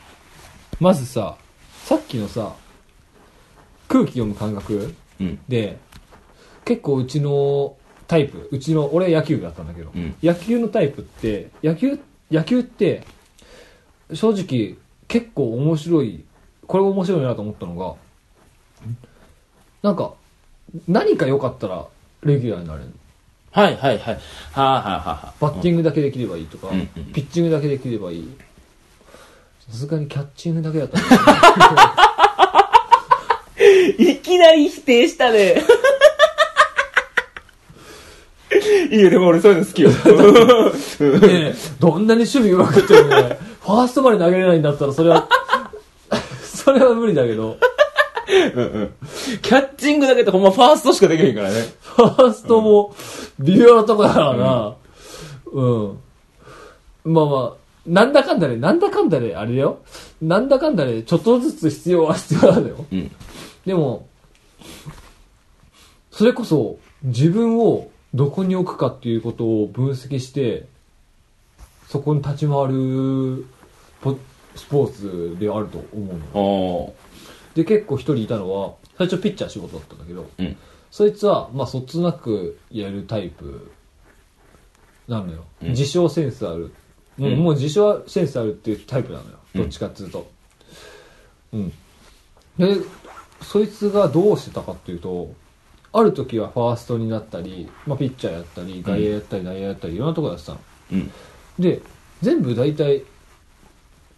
[SPEAKER 2] まずさ、さっきのさ、空気読む感覚
[SPEAKER 1] うん。
[SPEAKER 2] で結構うちのタイプうちの俺野球部だったんだけど、
[SPEAKER 1] うん
[SPEAKER 2] 野球のタイプって野球野球って正直結構面白いこれ面白いなと思ったのがなんか何か良かったらレギュラーになれる
[SPEAKER 1] はいはいはい。はあ、はあはあ、
[SPEAKER 2] バッティングだけできればいいとか、
[SPEAKER 1] うんうん
[SPEAKER 2] ピッチングだけできればいいさすがにキャッチングだけだったら
[SPEAKER 1] (laughs) いきなり否定したね。いいよ、でも俺そういうの好きよ。
[SPEAKER 2] ねえ (laughs) どんなに守備うまくってもねファーストまで投げれないんだったらそれは (laughs) それは無理だけど
[SPEAKER 1] キャッチングだけってほんまファーストしかできへんからね。
[SPEAKER 2] ファーストも微妙なとこだからな。うん。まあまあ、なんだかんだで、なんだかんだで、あれだよ。なんだかんだで、ちょっとずつ必要は必要なんだよ。
[SPEAKER 1] うん
[SPEAKER 2] でも、それこそ自分をどこに置くかっていうことを分析して、そこに立ち回るポスポーツであると思うの。
[SPEAKER 1] お
[SPEAKER 2] で、結構一人いたのは、最初ピッチャー仕事だったんだけど、
[SPEAKER 1] うん
[SPEAKER 2] そいつは、まあ、そつなくやるタイプなのよ。
[SPEAKER 1] うん
[SPEAKER 2] 自称センスある。もう
[SPEAKER 1] うん
[SPEAKER 2] もう自称センスあるっていうタイプなのよ。どっちかっていうと。うん。で、そいつがどうしてたかっていうと、ある時はファーストになったり、まあ、ピッチャーやったり、外野やったり、内野やったり、いろんなとこやってたの。
[SPEAKER 1] うん。
[SPEAKER 2] で、全部大体、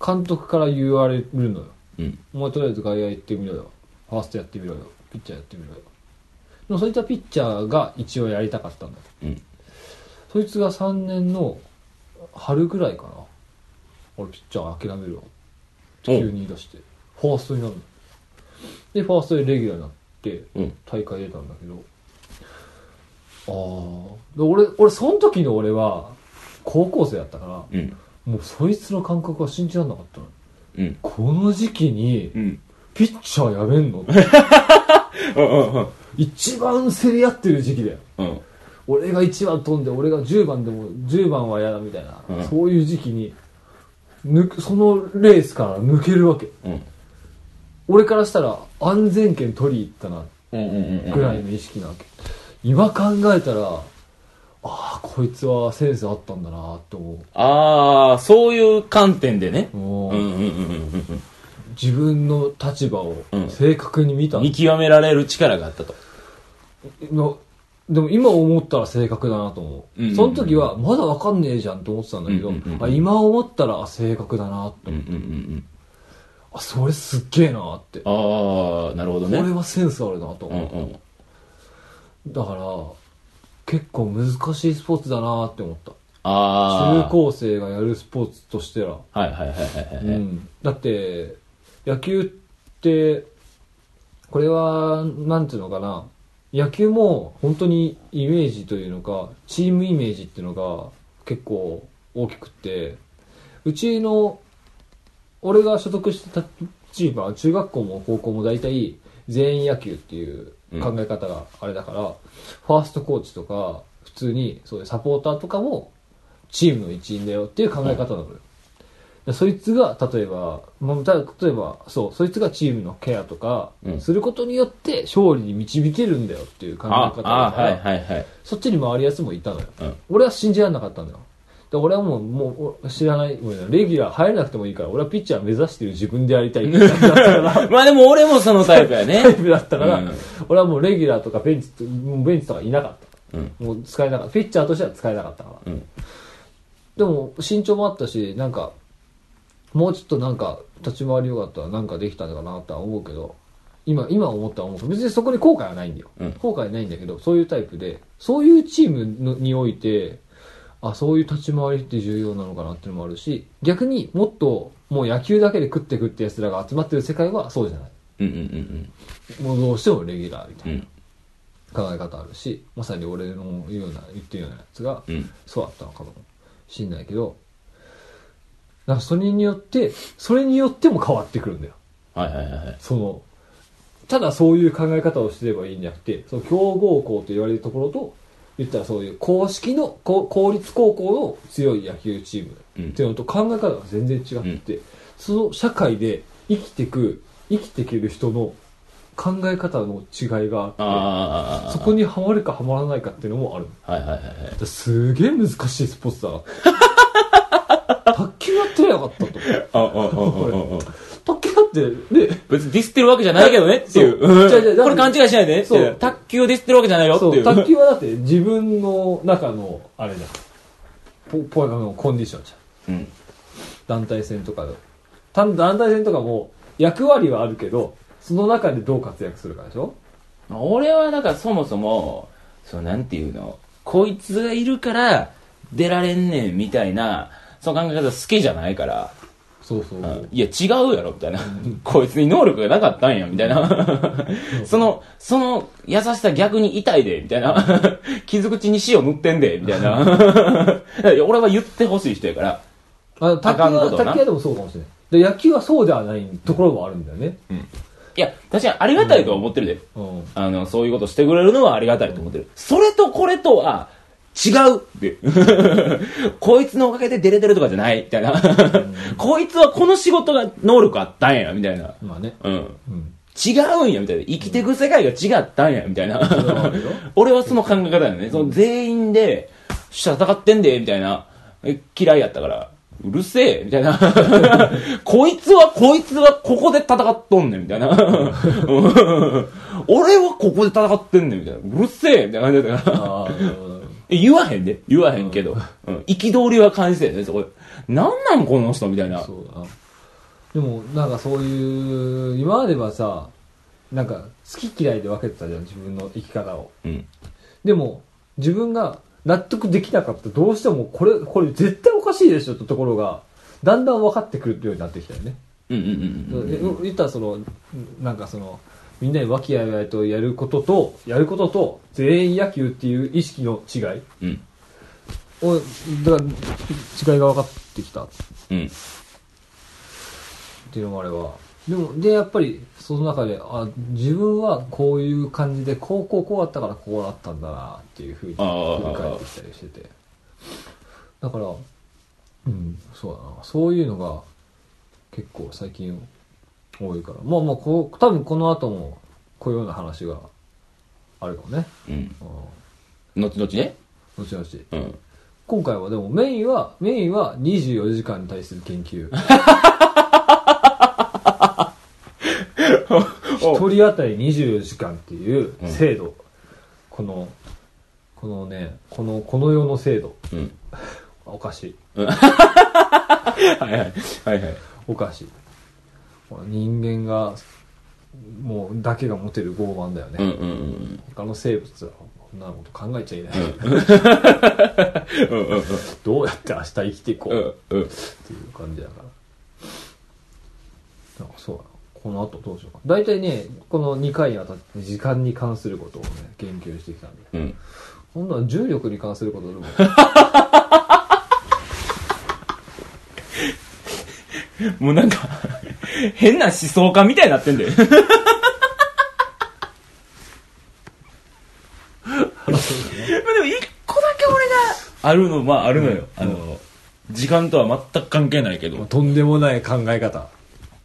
[SPEAKER 2] 監督から言われるのよ。
[SPEAKER 1] うん。
[SPEAKER 2] お前とりあえず外野行ってみろよファーストやってみろよピッチャーやってみろよでもそういったピッチャーが一応やりたかったんだ
[SPEAKER 1] うん。
[SPEAKER 2] そいつが3年の春ぐらいかな俺ピッチャー諦めるわ急に言い出してファーストになるのでファーストでレギュラーになって
[SPEAKER 1] うん。
[SPEAKER 2] 大会出たんだけどああで俺俺その時の俺は高校生だったから
[SPEAKER 1] うん。
[SPEAKER 2] もうそいつの感覚は信じられなかったの
[SPEAKER 1] うん。
[SPEAKER 2] この時期に
[SPEAKER 1] うん。
[SPEAKER 2] ピッチャーやめんの
[SPEAKER 1] うん。
[SPEAKER 2] 一番競り合ってる時期だよ
[SPEAKER 1] うん。
[SPEAKER 2] 俺が1番飛んで俺が10番でも10番は嫌だみたいな、
[SPEAKER 1] うん
[SPEAKER 2] そういう時期に抜くそのレースから抜けるわけ
[SPEAKER 1] うん。
[SPEAKER 2] 俺からしたら安全圏取り行ったな
[SPEAKER 1] うん。うん。
[SPEAKER 2] ぐらいの意識なわけ、今考えたらああこいつはセンスあったんだなって思
[SPEAKER 1] ああ、そういう観点でね
[SPEAKER 2] う。も
[SPEAKER 1] う。
[SPEAKER 2] うん
[SPEAKER 1] うん。うん。
[SPEAKER 2] 自分の立場を
[SPEAKER 1] うん
[SPEAKER 2] 正確に見た
[SPEAKER 1] うん。見極められる力があったと。
[SPEAKER 2] のでも今思ったら正確だなと思
[SPEAKER 1] う
[SPEAKER 2] う,、
[SPEAKER 1] んうんうん
[SPEAKER 2] その時はまだわかんねえじゃんと思ってたんだけど、
[SPEAKER 1] うんうんうん
[SPEAKER 2] あ今思ったらあ正確だなって、
[SPEAKER 1] うん。うん。うん。
[SPEAKER 2] あそれすっげえなって、
[SPEAKER 1] ああ、なるほど
[SPEAKER 2] こ
[SPEAKER 1] ね。
[SPEAKER 2] れはセンスあるなと
[SPEAKER 1] うん。
[SPEAKER 2] 思
[SPEAKER 1] うん。
[SPEAKER 2] う、だから結構難しいスポーツだなって思った
[SPEAKER 1] ああ。
[SPEAKER 2] 中高生がやるスポーツとしてら、
[SPEAKER 1] はいはいはいは
[SPEAKER 2] う
[SPEAKER 1] いはい。
[SPEAKER 2] ん、だって野球ってこれはなんていうのかな野球も本当にイメージというのかチームイメージっていうのが結構大きくってうちの俺が所属してたチームは中学校も高校も大体全員野球っていう考え方があれだから、ファーストコーチとか普通にそういうサポーターとかもチームの一員だよっていう考え方なのよ、でそいつが例えば、まあ、た例えばそうそいつがチームのケアとか
[SPEAKER 1] うん
[SPEAKER 2] することによって勝利に導けるんだよっていう考え
[SPEAKER 1] あ
[SPEAKER 2] 方だ
[SPEAKER 1] あ、
[SPEAKER 2] か
[SPEAKER 1] は
[SPEAKER 2] ら、
[SPEAKER 1] いはいはい。
[SPEAKER 2] そっちに回るやつもいたのよ、
[SPEAKER 1] うん
[SPEAKER 2] 俺は信じられなかったんだよで俺はもうもう知らないもうレギュラー入れなくてもいいから俺はピッチャー目指してる自分でやりたいってタイプだったから
[SPEAKER 1] まあでも俺もそのタイプやね
[SPEAKER 2] タ。イプだったから、
[SPEAKER 1] うん
[SPEAKER 2] 俺はもうレギュラーとかベンチもうベンチとかいなかった
[SPEAKER 1] うん。
[SPEAKER 2] もう使えなかった。ピッチャーとしては使えなかったから。
[SPEAKER 1] うん
[SPEAKER 2] でも、身長もあったし、なんか、もうちょっとなんか、立ち回りよかったらなんかできたのかなとは思うけど、今、今思ったら思うけど。別にそこに後悔はないんだよ。
[SPEAKER 1] うん
[SPEAKER 2] 後悔はないんだけど、そういうタイプで、そういうチームのにおいて、あ、そういう立ち回りって重要なのかなっていうのもあるし、逆にもっと、もう野球だけで食って食って奴らが集まってる世界はそうじゃない。
[SPEAKER 1] うんうん
[SPEAKER 2] もうどうしてもレギュラーみたい
[SPEAKER 1] う
[SPEAKER 2] な
[SPEAKER 1] ん。うん。
[SPEAKER 2] 考え方あるし、まさに俺の言うような、言ってるようなやつが、
[SPEAKER 1] うん。
[SPEAKER 2] そうだったのかもしんないけど、なんかそれによって、それによっても変わってくるんだよ。
[SPEAKER 1] はいはいはいはい。
[SPEAKER 2] その、ただそういう考え方をしてればいいんじゃなくて、その強豪校と言われるところと、言ったらそういう公式の、こう公立高校の強い野球チーム
[SPEAKER 1] うん
[SPEAKER 2] っていうのと考え方が全然違ってて、その社会で生きてく、生きていける人の考え方の違いがあっ
[SPEAKER 3] あ
[SPEAKER 2] て
[SPEAKER 3] あ、
[SPEAKER 2] そこにはまるかはまらないかっていうのもある
[SPEAKER 3] はいはいはいはい。
[SPEAKER 2] だすげえ難しいスポーツだな卓球やってりゃよかったと
[SPEAKER 1] ああ、ああ、ああ。
[SPEAKER 2] 卓球だってね
[SPEAKER 1] 別にディスってるわけじゃないけどねっていう。
[SPEAKER 2] そう
[SPEAKER 1] うん
[SPEAKER 2] じゃあじゃあだって
[SPEAKER 1] これ勘違いしないでねっていう
[SPEAKER 2] そう
[SPEAKER 1] 卓球をディスってるわけじゃないよって
[SPEAKER 2] そ
[SPEAKER 1] いうう。
[SPEAKER 2] 卓球はだって自分の中のあれじゃんポポあのコンディションじゃん
[SPEAKER 1] うん。
[SPEAKER 2] 団体戦とかの単団体戦とかも役割はあるけどその中でどう活躍するかでしょ
[SPEAKER 1] 俺はだからそもそも、そうなんていうの、こいつがいるから出られんねんみたいな、その考え方好きじゃないから、
[SPEAKER 2] そうそう、
[SPEAKER 1] うんいや違うやろみたいな、 (laughs) こいつに能力がなかったんやみたいな、その、その優しさ逆に痛いでみたいな、 (laughs) 傷口に塩塗ってんでみたいな、 (laughs) いや俺は言ってほしい人やから、
[SPEAKER 2] あの卓球
[SPEAKER 1] あかんこと
[SPEAKER 2] は
[SPEAKER 1] な
[SPEAKER 2] 卓球はでもそうかもしれないで野球はそうではないところもあるんだよね、
[SPEAKER 1] いや、確かにありがたいとは思ってるで。
[SPEAKER 2] うん、
[SPEAKER 1] あの、そういうことしてくれるのはありがたいと思ってる。それとこれとは、違うって。 (laughs) こいつのおかげで出れてるとかじゃないみたいな。 (laughs) こいつはこの仕事が能力あったんや、みたいな。
[SPEAKER 2] まあね
[SPEAKER 1] うん。
[SPEAKER 2] うん
[SPEAKER 1] 違うんや、みたいな。生きてく世界が違ったんや、みたいな
[SPEAKER 2] はあるよ。
[SPEAKER 1] 俺はその考え方だよね。その全員で、した戦ってんで、みたいな。え嫌いやったから。うるせえみたいな。こいつは、こいつはここで戦っとんねん、みたいな。うん俺はここで戦ってんねん、みたいな。うるせえみたいな感じだったから。
[SPEAKER 2] ああ
[SPEAKER 1] え言わへんで。言わへんけど。うん憤、りは感じたよね、そこで。なんなん、この人、みたいな。
[SPEAKER 2] そうだなでもなんかそういう今まではさなんか好き嫌いで分けてたじゃん自分の生き方を
[SPEAKER 1] うん。
[SPEAKER 2] でも自分が納得できなかったどうしてもこれこれ絶対おかしいでしょってところがだんだん分かってくるようになってきたよね、
[SPEAKER 1] うんうんうんうん。
[SPEAKER 2] で言ったらそのなんかそのみんなに和気あいあいとやることとやることと全員野球っていう意識の違い
[SPEAKER 1] うん。
[SPEAKER 2] をだから違いが分かってきたっ
[SPEAKER 1] うん。
[SPEAKER 2] ていうのもあれはでもでやっぱりその中であ自分はこういう感じでこうこうこうあったからこうなったんだなっていうふうに
[SPEAKER 1] あー
[SPEAKER 2] 振り返ってきたりしててだからうんそうだなそういうのが結構最近多いからまあまあこう多分この後もこういうような話があるかもね
[SPEAKER 1] うん。
[SPEAKER 2] うん
[SPEAKER 1] 後々ね。
[SPEAKER 2] 後々
[SPEAKER 1] うん。
[SPEAKER 2] 今回はでもメインは、メインは24時間に対する
[SPEAKER 1] (laughs)
[SPEAKER 2] 研究。一人当たり24時間っていう制度。この、このね、この、この世の制度。
[SPEAKER 1] うん。
[SPEAKER 2] おかしい。
[SPEAKER 1] はいはい。はいはい。
[SPEAKER 2] おかしい。人間が、もう、だけが持てる傲慢だよ
[SPEAKER 1] うん
[SPEAKER 2] ね。
[SPEAKER 1] うんうん
[SPEAKER 2] 他の生物は、こんなこと考えちゃいない。
[SPEAKER 1] うんうん
[SPEAKER 2] (laughs) どうやって明日生きていこう。
[SPEAKER 1] うんうん。
[SPEAKER 2] っていう感じだから。なんかそうだなこの後どうしようか。大体ね、この2回にわたって時間に関することをね、言及してきたんで。
[SPEAKER 1] うん。
[SPEAKER 2] 今度は重力に関することでも。
[SPEAKER 1] もうなんか、 (laughs) 変な思想家みたいになってんだよ。まあでも一個だけ俺が、あるの、まああるのよ。あの、時間とは全く関係ないけど、
[SPEAKER 2] (laughs) とんでもない考え方。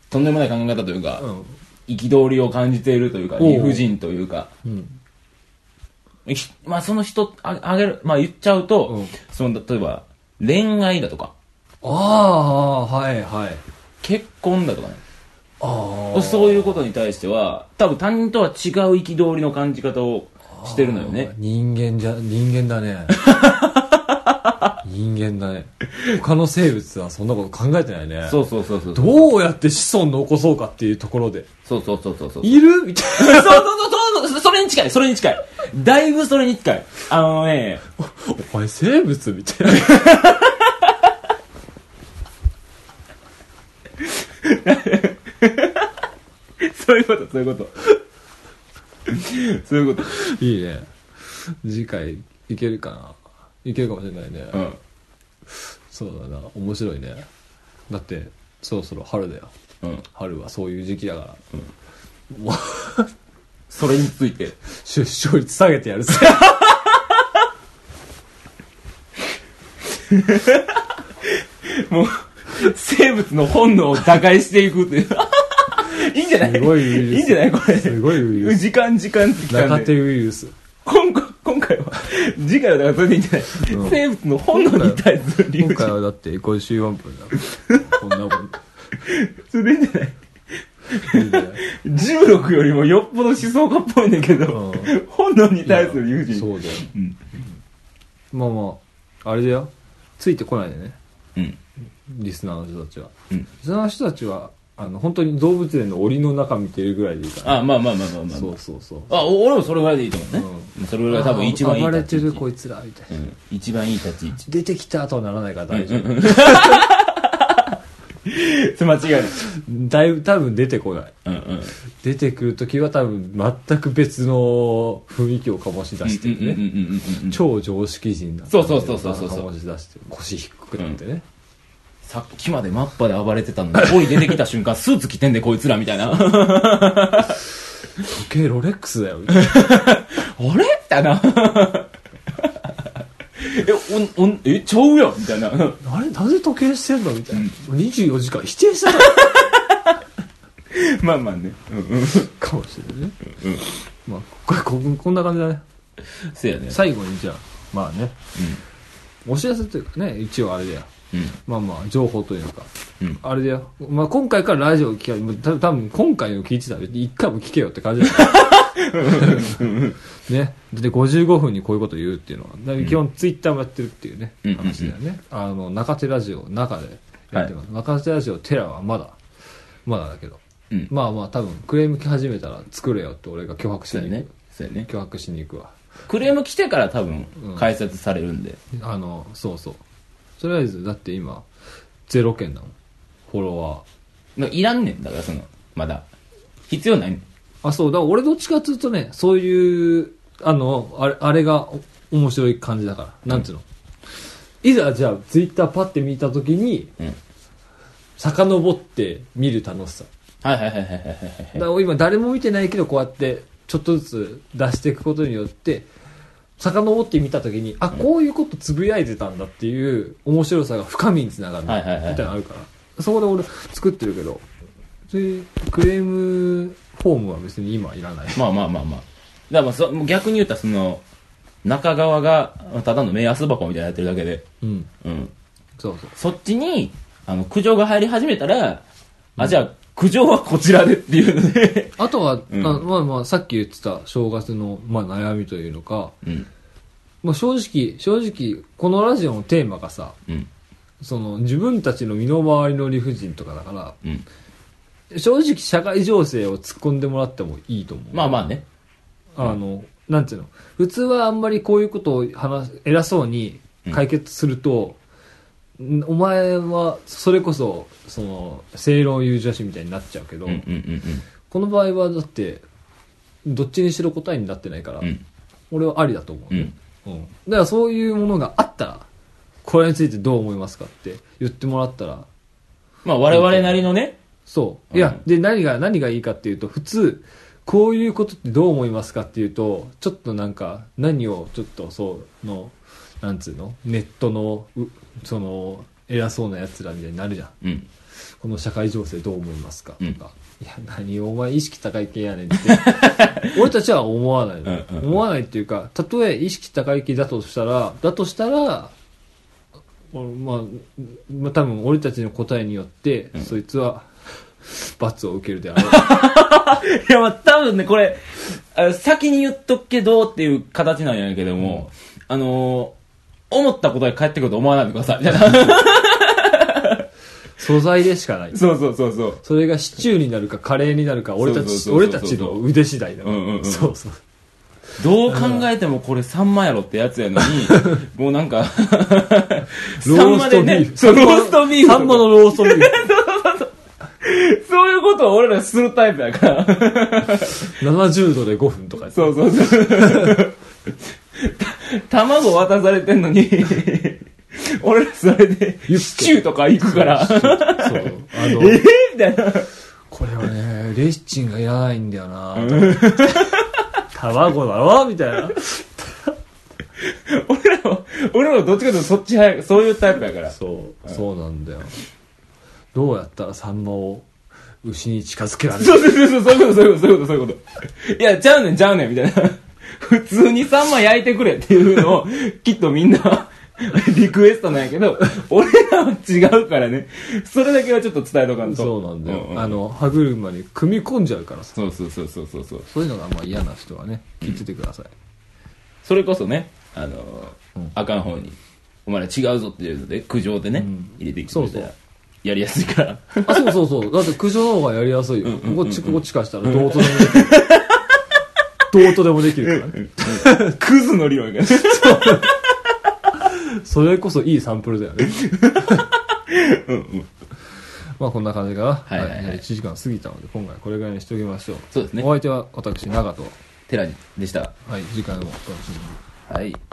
[SPEAKER 1] とんでもない考え方というか
[SPEAKER 2] う、ん。
[SPEAKER 1] 憤りを感じているというか、
[SPEAKER 2] おう
[SPEAKER 1] 理不尽というか、
[SPEAKER 2] うん。
[SPEAKER 1] ひまあその人、ああげる、まあ言っちゃうと、
[SPEAKER 2] うん
[SPEAKER 1] その、例えば、恋愛だとか、
[SPEAKER 2] ああ、はいはい。
[SPEAKER 1] 結婚だとかね。
[SPEAKER 2] ああ。
[SPEAKER 1] そういうことに対しては、多分他人とは違う憤りの感じ方をしてるのよね。
[SPEAKER 2] 人間じゃ、人間だ (laughs) ね。人間だね。他の生物はそんなこと考えてないね。
[SPEAKER 1] そうそうそうそう。
[SPEAKER 2] どうやって子孫残そうかっていうところで。
[SPEAKER 1] そうそうそうそう。そう
[SPEAKER 2] いるみたい
[SPEAKER 1] そうそ
[SPEAKER 2] な。
[SPEAKER 1] うそう、それに近い、それに近い。だいぶそれに近い。あのね、
[SPEAKER 2] お前生物みたいな。
[SPEAKER 1] そういうこと、そういうこと。そういうこと。
[SPEAKER 2] いいね。次回いけるかないけるかもしれないね。
[SPEAKER 1] うん。
[SPEAKER 2] そうだな。面白いね。だって、そろそろ春だよ。
[SPEAKER 1] うん。
[SPEAKER 2] 春はそういう時期だから。
[SPEAKER 1] それについて。
[SPEAKER 2] 出生率下げてやるぜ。
[SPEAKER 1] もう、生物の本能を打開していくっていう。いいんじゃない
[SPEAKER 2] すごいウイルス
[SPEAKER 1] いいんじゃないこれ。
[SPEAKER 2] すごいウイルス
[SPEAKER 1] 時間時間ってきた
[SPEAKER 2] 中
[SPEAKER 1] ん
[SPEAKER 2] 手
[SPEAKER 1] で。
[SPEAKER 2] ウイルス
[SPEAKER 1] 今回、今回は、次回はだからそれでいいんじゃない、
[SPEAKER 2] うん
[SPEAKER 1] 生物の本能に対する理
[SPEAKER 2] 今
[SPEAKER 1] 由
[SPEAKER 2] 回はだって54分だこんなもん
[SPEAKER 1] それでいいんじゃない
[SPEAKER 2] いいんじゃない
[SPEAKER 1] 16よりもよっぽど思想家っぽいんだけど、
[SPEAKER 2] う
[SPEAKER 1] 本能に対する理不尽
[SPEAKER 2] そうだよ、
[SPEAKER 1] うん
[SPEAKER 2] まあまああれだよついてこないでね
[SPEAKER 1] うん
[SPEAKER 2] リスナーの人たちは、
[SPEAKER 1] うん
[SPEAKER 2] リスナーの人たちはあの本当に動物園の檻の中見てるぐらいでいいから
[SPEAKER 1] あまあまあまあまあまあ
[SPEAKER 2] そうそうそう
[SPEAKER 1] あお俺もそれぐらいでいいと思うね、それぐらい多分一番いい
[SPEAKER 2] 暴れ
[SPEAKER 1] 立ち
[SPEAKER 2] て
[SPEAKER 1] 位
[SPEAKER 2] る
[SPEAKER 1] 置
[SPEAKER 2] こいつらみたいな
[SPEAKER 1] うん一番いい立ち位置
[SPEAKER 2] 出てきたとはならないから大丈夫、
[SPEAKER 1] それ間違いない
[SPEAKER 2] だいぶ多分出てこない
[SPEAKER 1] うんうん
[SPEAKER 2] 出てくる時は多分全く別の雰囲気を醸し出してるね、
[SPEAKER 1] うんうんうんうんうんうん
[SPEAKER 2] 超常識人だ
[SPEAKER 1] そうそうそうそうそうそう
[SPEAKER 2] 醸し出してる腰低くなってね、
[SPEAKER 1] さっきまでマッパで暴れてたのに、ポリ出てきた瞬間、スーツ着てんで、こいつら、みたいな。あ
[SPEAKER 2] 時計ロレックスだよみたいな
[SPEAKER 1] れみたいな。 (laughs) え、おん、おん、え、ちゃうやんみたいな。 (laughs)
[SPEAKER 2] あれなぜ時計してんのみたいな、24時間否定してた
[SPEAKER 1] まあまあね。うんうん。
[SPEAKER 2] かもしれないね、まあこれ (laughs) ここんな感じだね
[SPEAKER 1] せやね。
[SPEAKER 2] 最後にじゃあまあね、お知らせというかね一応あれだよ
[SPEAKER 1] うん。
[SPEAKER 2] まあまあ情報というか、
[SPEAKER 1] うん
[SPEAKER 2] あれだよ、まあ、今回からラジオを聞かない多分今回の聞いてたら別に一回も聞けよって感じだよねだって55分にこういうこと言うっていうのはだから基本ツイッターもやってるっていうね、
[SPEAKER 1] うん
[SPEAKER 2] 話だよね、あの中手ラジオの中でやってます、中手ラジオテラはまだまだだけど
[SPEAKER 1] うん。
[SPEAKER 2] まあまあ多分クレーム来始めたら作れよって俺が脅迫し
[SPEAKER 1] そう
[SPEAKER 2] に
[SPEAKER 1] や
[SPEAKER 2] 行く、
[SPEAKER 1] ね。そうやね。
[SPEAKER 2] 脅迫しに行くわ
[SPEAKER 1] クレーム来てから多分
[SPEAKER 2] う、ん
[SPEAKER 1] 解説されるんで。
[SPEAKER 2] あのそうそうとりあえずだって今ゼロ件だもんフォロワー
[SPEAKER 1] だからいらんねん。だから、その、まだ。必要ないねん。
[SPEAKER 2] あ、そう、だから俺どっちかっていうとね、そういう、あの、あれ、あれがお面白い感じだから。なんつうの。いざ、じゃあ、ツイッターパって見たときに、
[SPEAKER 1] うん。
[SPEAKER 2] 遡って見る楽しさ。
[SPEAKER 1] はいはいはいはいはい
[SPEAKER 2] だから今、誰も見てないけど、こうやって、ちょっとずつ出していくことによって、遡って見たときに、あ、こういうことつぶやいてたんだっていう面白さが深みにつながる。
[SPEAKER 1] はい。はいはいは
[SPEAKER 2] み
[SPEAKER 1] い
[SPEAKER 2] たいな。のあるから。そこで俺作ってるけど、そういうクレームフォームは別に今はいらない。
[SPEAKER 1] まあまあまあまあ。だからまあそ逆に言ったら、その、中側が、ただの目安箱みたいなのやってるだけで、
[SPEAKER 2] うん。
[SPEAKER 1] うん。
[SPEAKER 2] そうそう。
[SPEAKER 1] そっちに、あの、苦情が入り始めたら、あ、じゃあ、苦情はこちらでっていうので、
[SPEAKER 2] あとは、
[SPEAKER 1] うん
[SPEAKER 2] あまあまあ、さっき言ってた正月の、まあ、悩みというのか、
[SPEAKER 1] うん、
[SPEAKER 2] まあ、正直、正直、このラジオのテーマがさ、
[SPEAKER 1] うん、
[SPEAKER 2] その自分たちの身の回りの理不尽とかだか
[SPEAKER 1] うん。
[SPEAKER 2] ら、正直社会情勢を突っ込んでもらってもいいと思う。
[SPEAKER 1] まあまあね。
[SPEAKER 2] あの、なんていうの、普通はあんまりこういうことを話す、偉そうに解決すると、んお前は、それこそ、その、正論友女子みたいになっちゃうけど、
[SPEAKER 1] うん、うん、うん、
[SPEAKER 2] この場合はだって、どっちにしろ答えになってないから、
[SPEAKER 1] うん。うん、
[SPEAKER 2] 俺はありだと思う
[SPEAKER 1] う
[SPEAKER 2] ね、
[SPEAKER 1] ん。
[SPEAKER 2] うん、だからそういうものがあったらこれについてどう思いますかって言ってもらったら
[SPEAKER 1] まあ、我々なりのね、
[SPEAKER 2] そう
[SPEAKER 1] うん
[SPEAKER 2] いや、で何が何がいいかっていうと普通こういうことってどう思いますかっていうとちょっとなんか何をちょっとそうのなんつうのネットのうその偉そうなやつらみたいになるじゃん
[SPEAKER 1] うん。
[SPEAKER 2] この社会情勢どう思いますかと
[SPEAKER 1] う
[SPEAKER 2] か、
[SPEAKER 1] ん
[SPEAKER 2] いや何お前意識高い系やねんって (laughs) 俺たちは思わないの、
[SPEAKER 1] うんうんうん
[SPEAKER 2] 思わないっていうかたとえ意識高い系だとしたらだとしたら俺まあ、まあ、多分俺たちの答えによって、そいつは (laughs) 罰を受けるであろう
[SPEAKER 1] いや、まあ、多分ね、これ、あ先に言っとくけどっていう形なんやけども、あのー思ったことで返ってくると思わないでください。みたいな
[SPEAKER 2] 素材でしかな
[SPEAKER 1] (laughs)
[SPEAKER 2] い
[SPEAKER 1] そうそうそうそう。
[SPEAKER 2] それがシチューになるかカレーになるか俺た
[SPEAKER 1] そう
[SPEAKER 2] ち
[SPEAKER 1] そうそう
[SPEAKER 2] 俺
[SPEAKER 1] そう
[SPEAKER 2] たちの腕次第だから
[SPEAKER 1] うんうんうん
[SPEAKER 2] そうそう
[SPEAKER 1] どう考えてもこれサンマやろってやつやのに、もうなんか、サンマでね、そうローストビーフ。
[SPEAKER 2] サンマのローストビーフ (laughs)
[SPEAKER 1] そういうことを俺らするタイプやから。
[SPEAKER 2] 70度で5分とかやつ
[SPEAKER 1] そうそうそう。た卵渡されてんの
[SPEAKER 2] (laughs)
[SPEAKER 1] に、俺らそれで、
[SPEAKER 2] ユッケ
[SPEAKER 1] シチューとか行くから。
[SPEAKER 2] そうあの
[SPEAKER 1] えぇみたいな。
[SPEAKER 2] これはねレシチンがいらないんだよなと思って (laughs) 卵だろみたいな
[SPEAKER 1] 俺らは、俺らはどっちかというとそっち早く、そういうタイプやから。
[SPEAKER 2] そうそうなんだよどうやったらサンマを牛に近づけられる
[SPEAKER 1] そうそうそうそう、そういうこと、そういうこと、そういうこと、そういうこと。いや、ちゃうねん、ちゃうねん、みたいな。普通にサンマ焼いてくれっていうのを、きっとみんな、リクエストなんやけど、俺らは違うからね。それだけはちょっと伝えとかんと。
[SPEAKER 2] そうなんだよ、
[SPEAKER 1] うん
[SPEAKER 2] あの歯車に組み込んじゃうからさ
[SPEAKER 1] そうそうそうそうそうそう。
[SPEAKER 2] そういうのがあんま嫌な人はね聞いててください、
[SPEAKER 1] それこそね、あのーあかん方に、お前ら違うぞっていうので、苦情でね、入れてきてくれたら
[SPEAKER 2] そう
[SPEAKER 1] やりやすいから。 (laughs)
[SPEAKER 2] あそうそうそうだって駆除の方がやりやすいよ、ここチここチカしたらどうとでもできるどうとでもできるからね
[SPEAKER 1] クズの理論が
[SPEAKER 2] (laughs)
[SPEAKER 1] ね。
[SPEAKER 2] それこそいいサンプルだよね
[SPEAKER 1] うんうん
[SPEAKER 2] (laughs) まあこんな感じかな、
[SPEAKER 1] はいはいはい
[SPEAKER 2] 1時間過ぎたので今回これぐらいにしておきましょう
[SPEAKER 1] そうですね
[SPEAKER 2] お。相手は私長と
[SPEAKER 1] 寺地でした。
[SPEAKER 2] はい次回もお楽しみに
[SPEAKER 1] はい。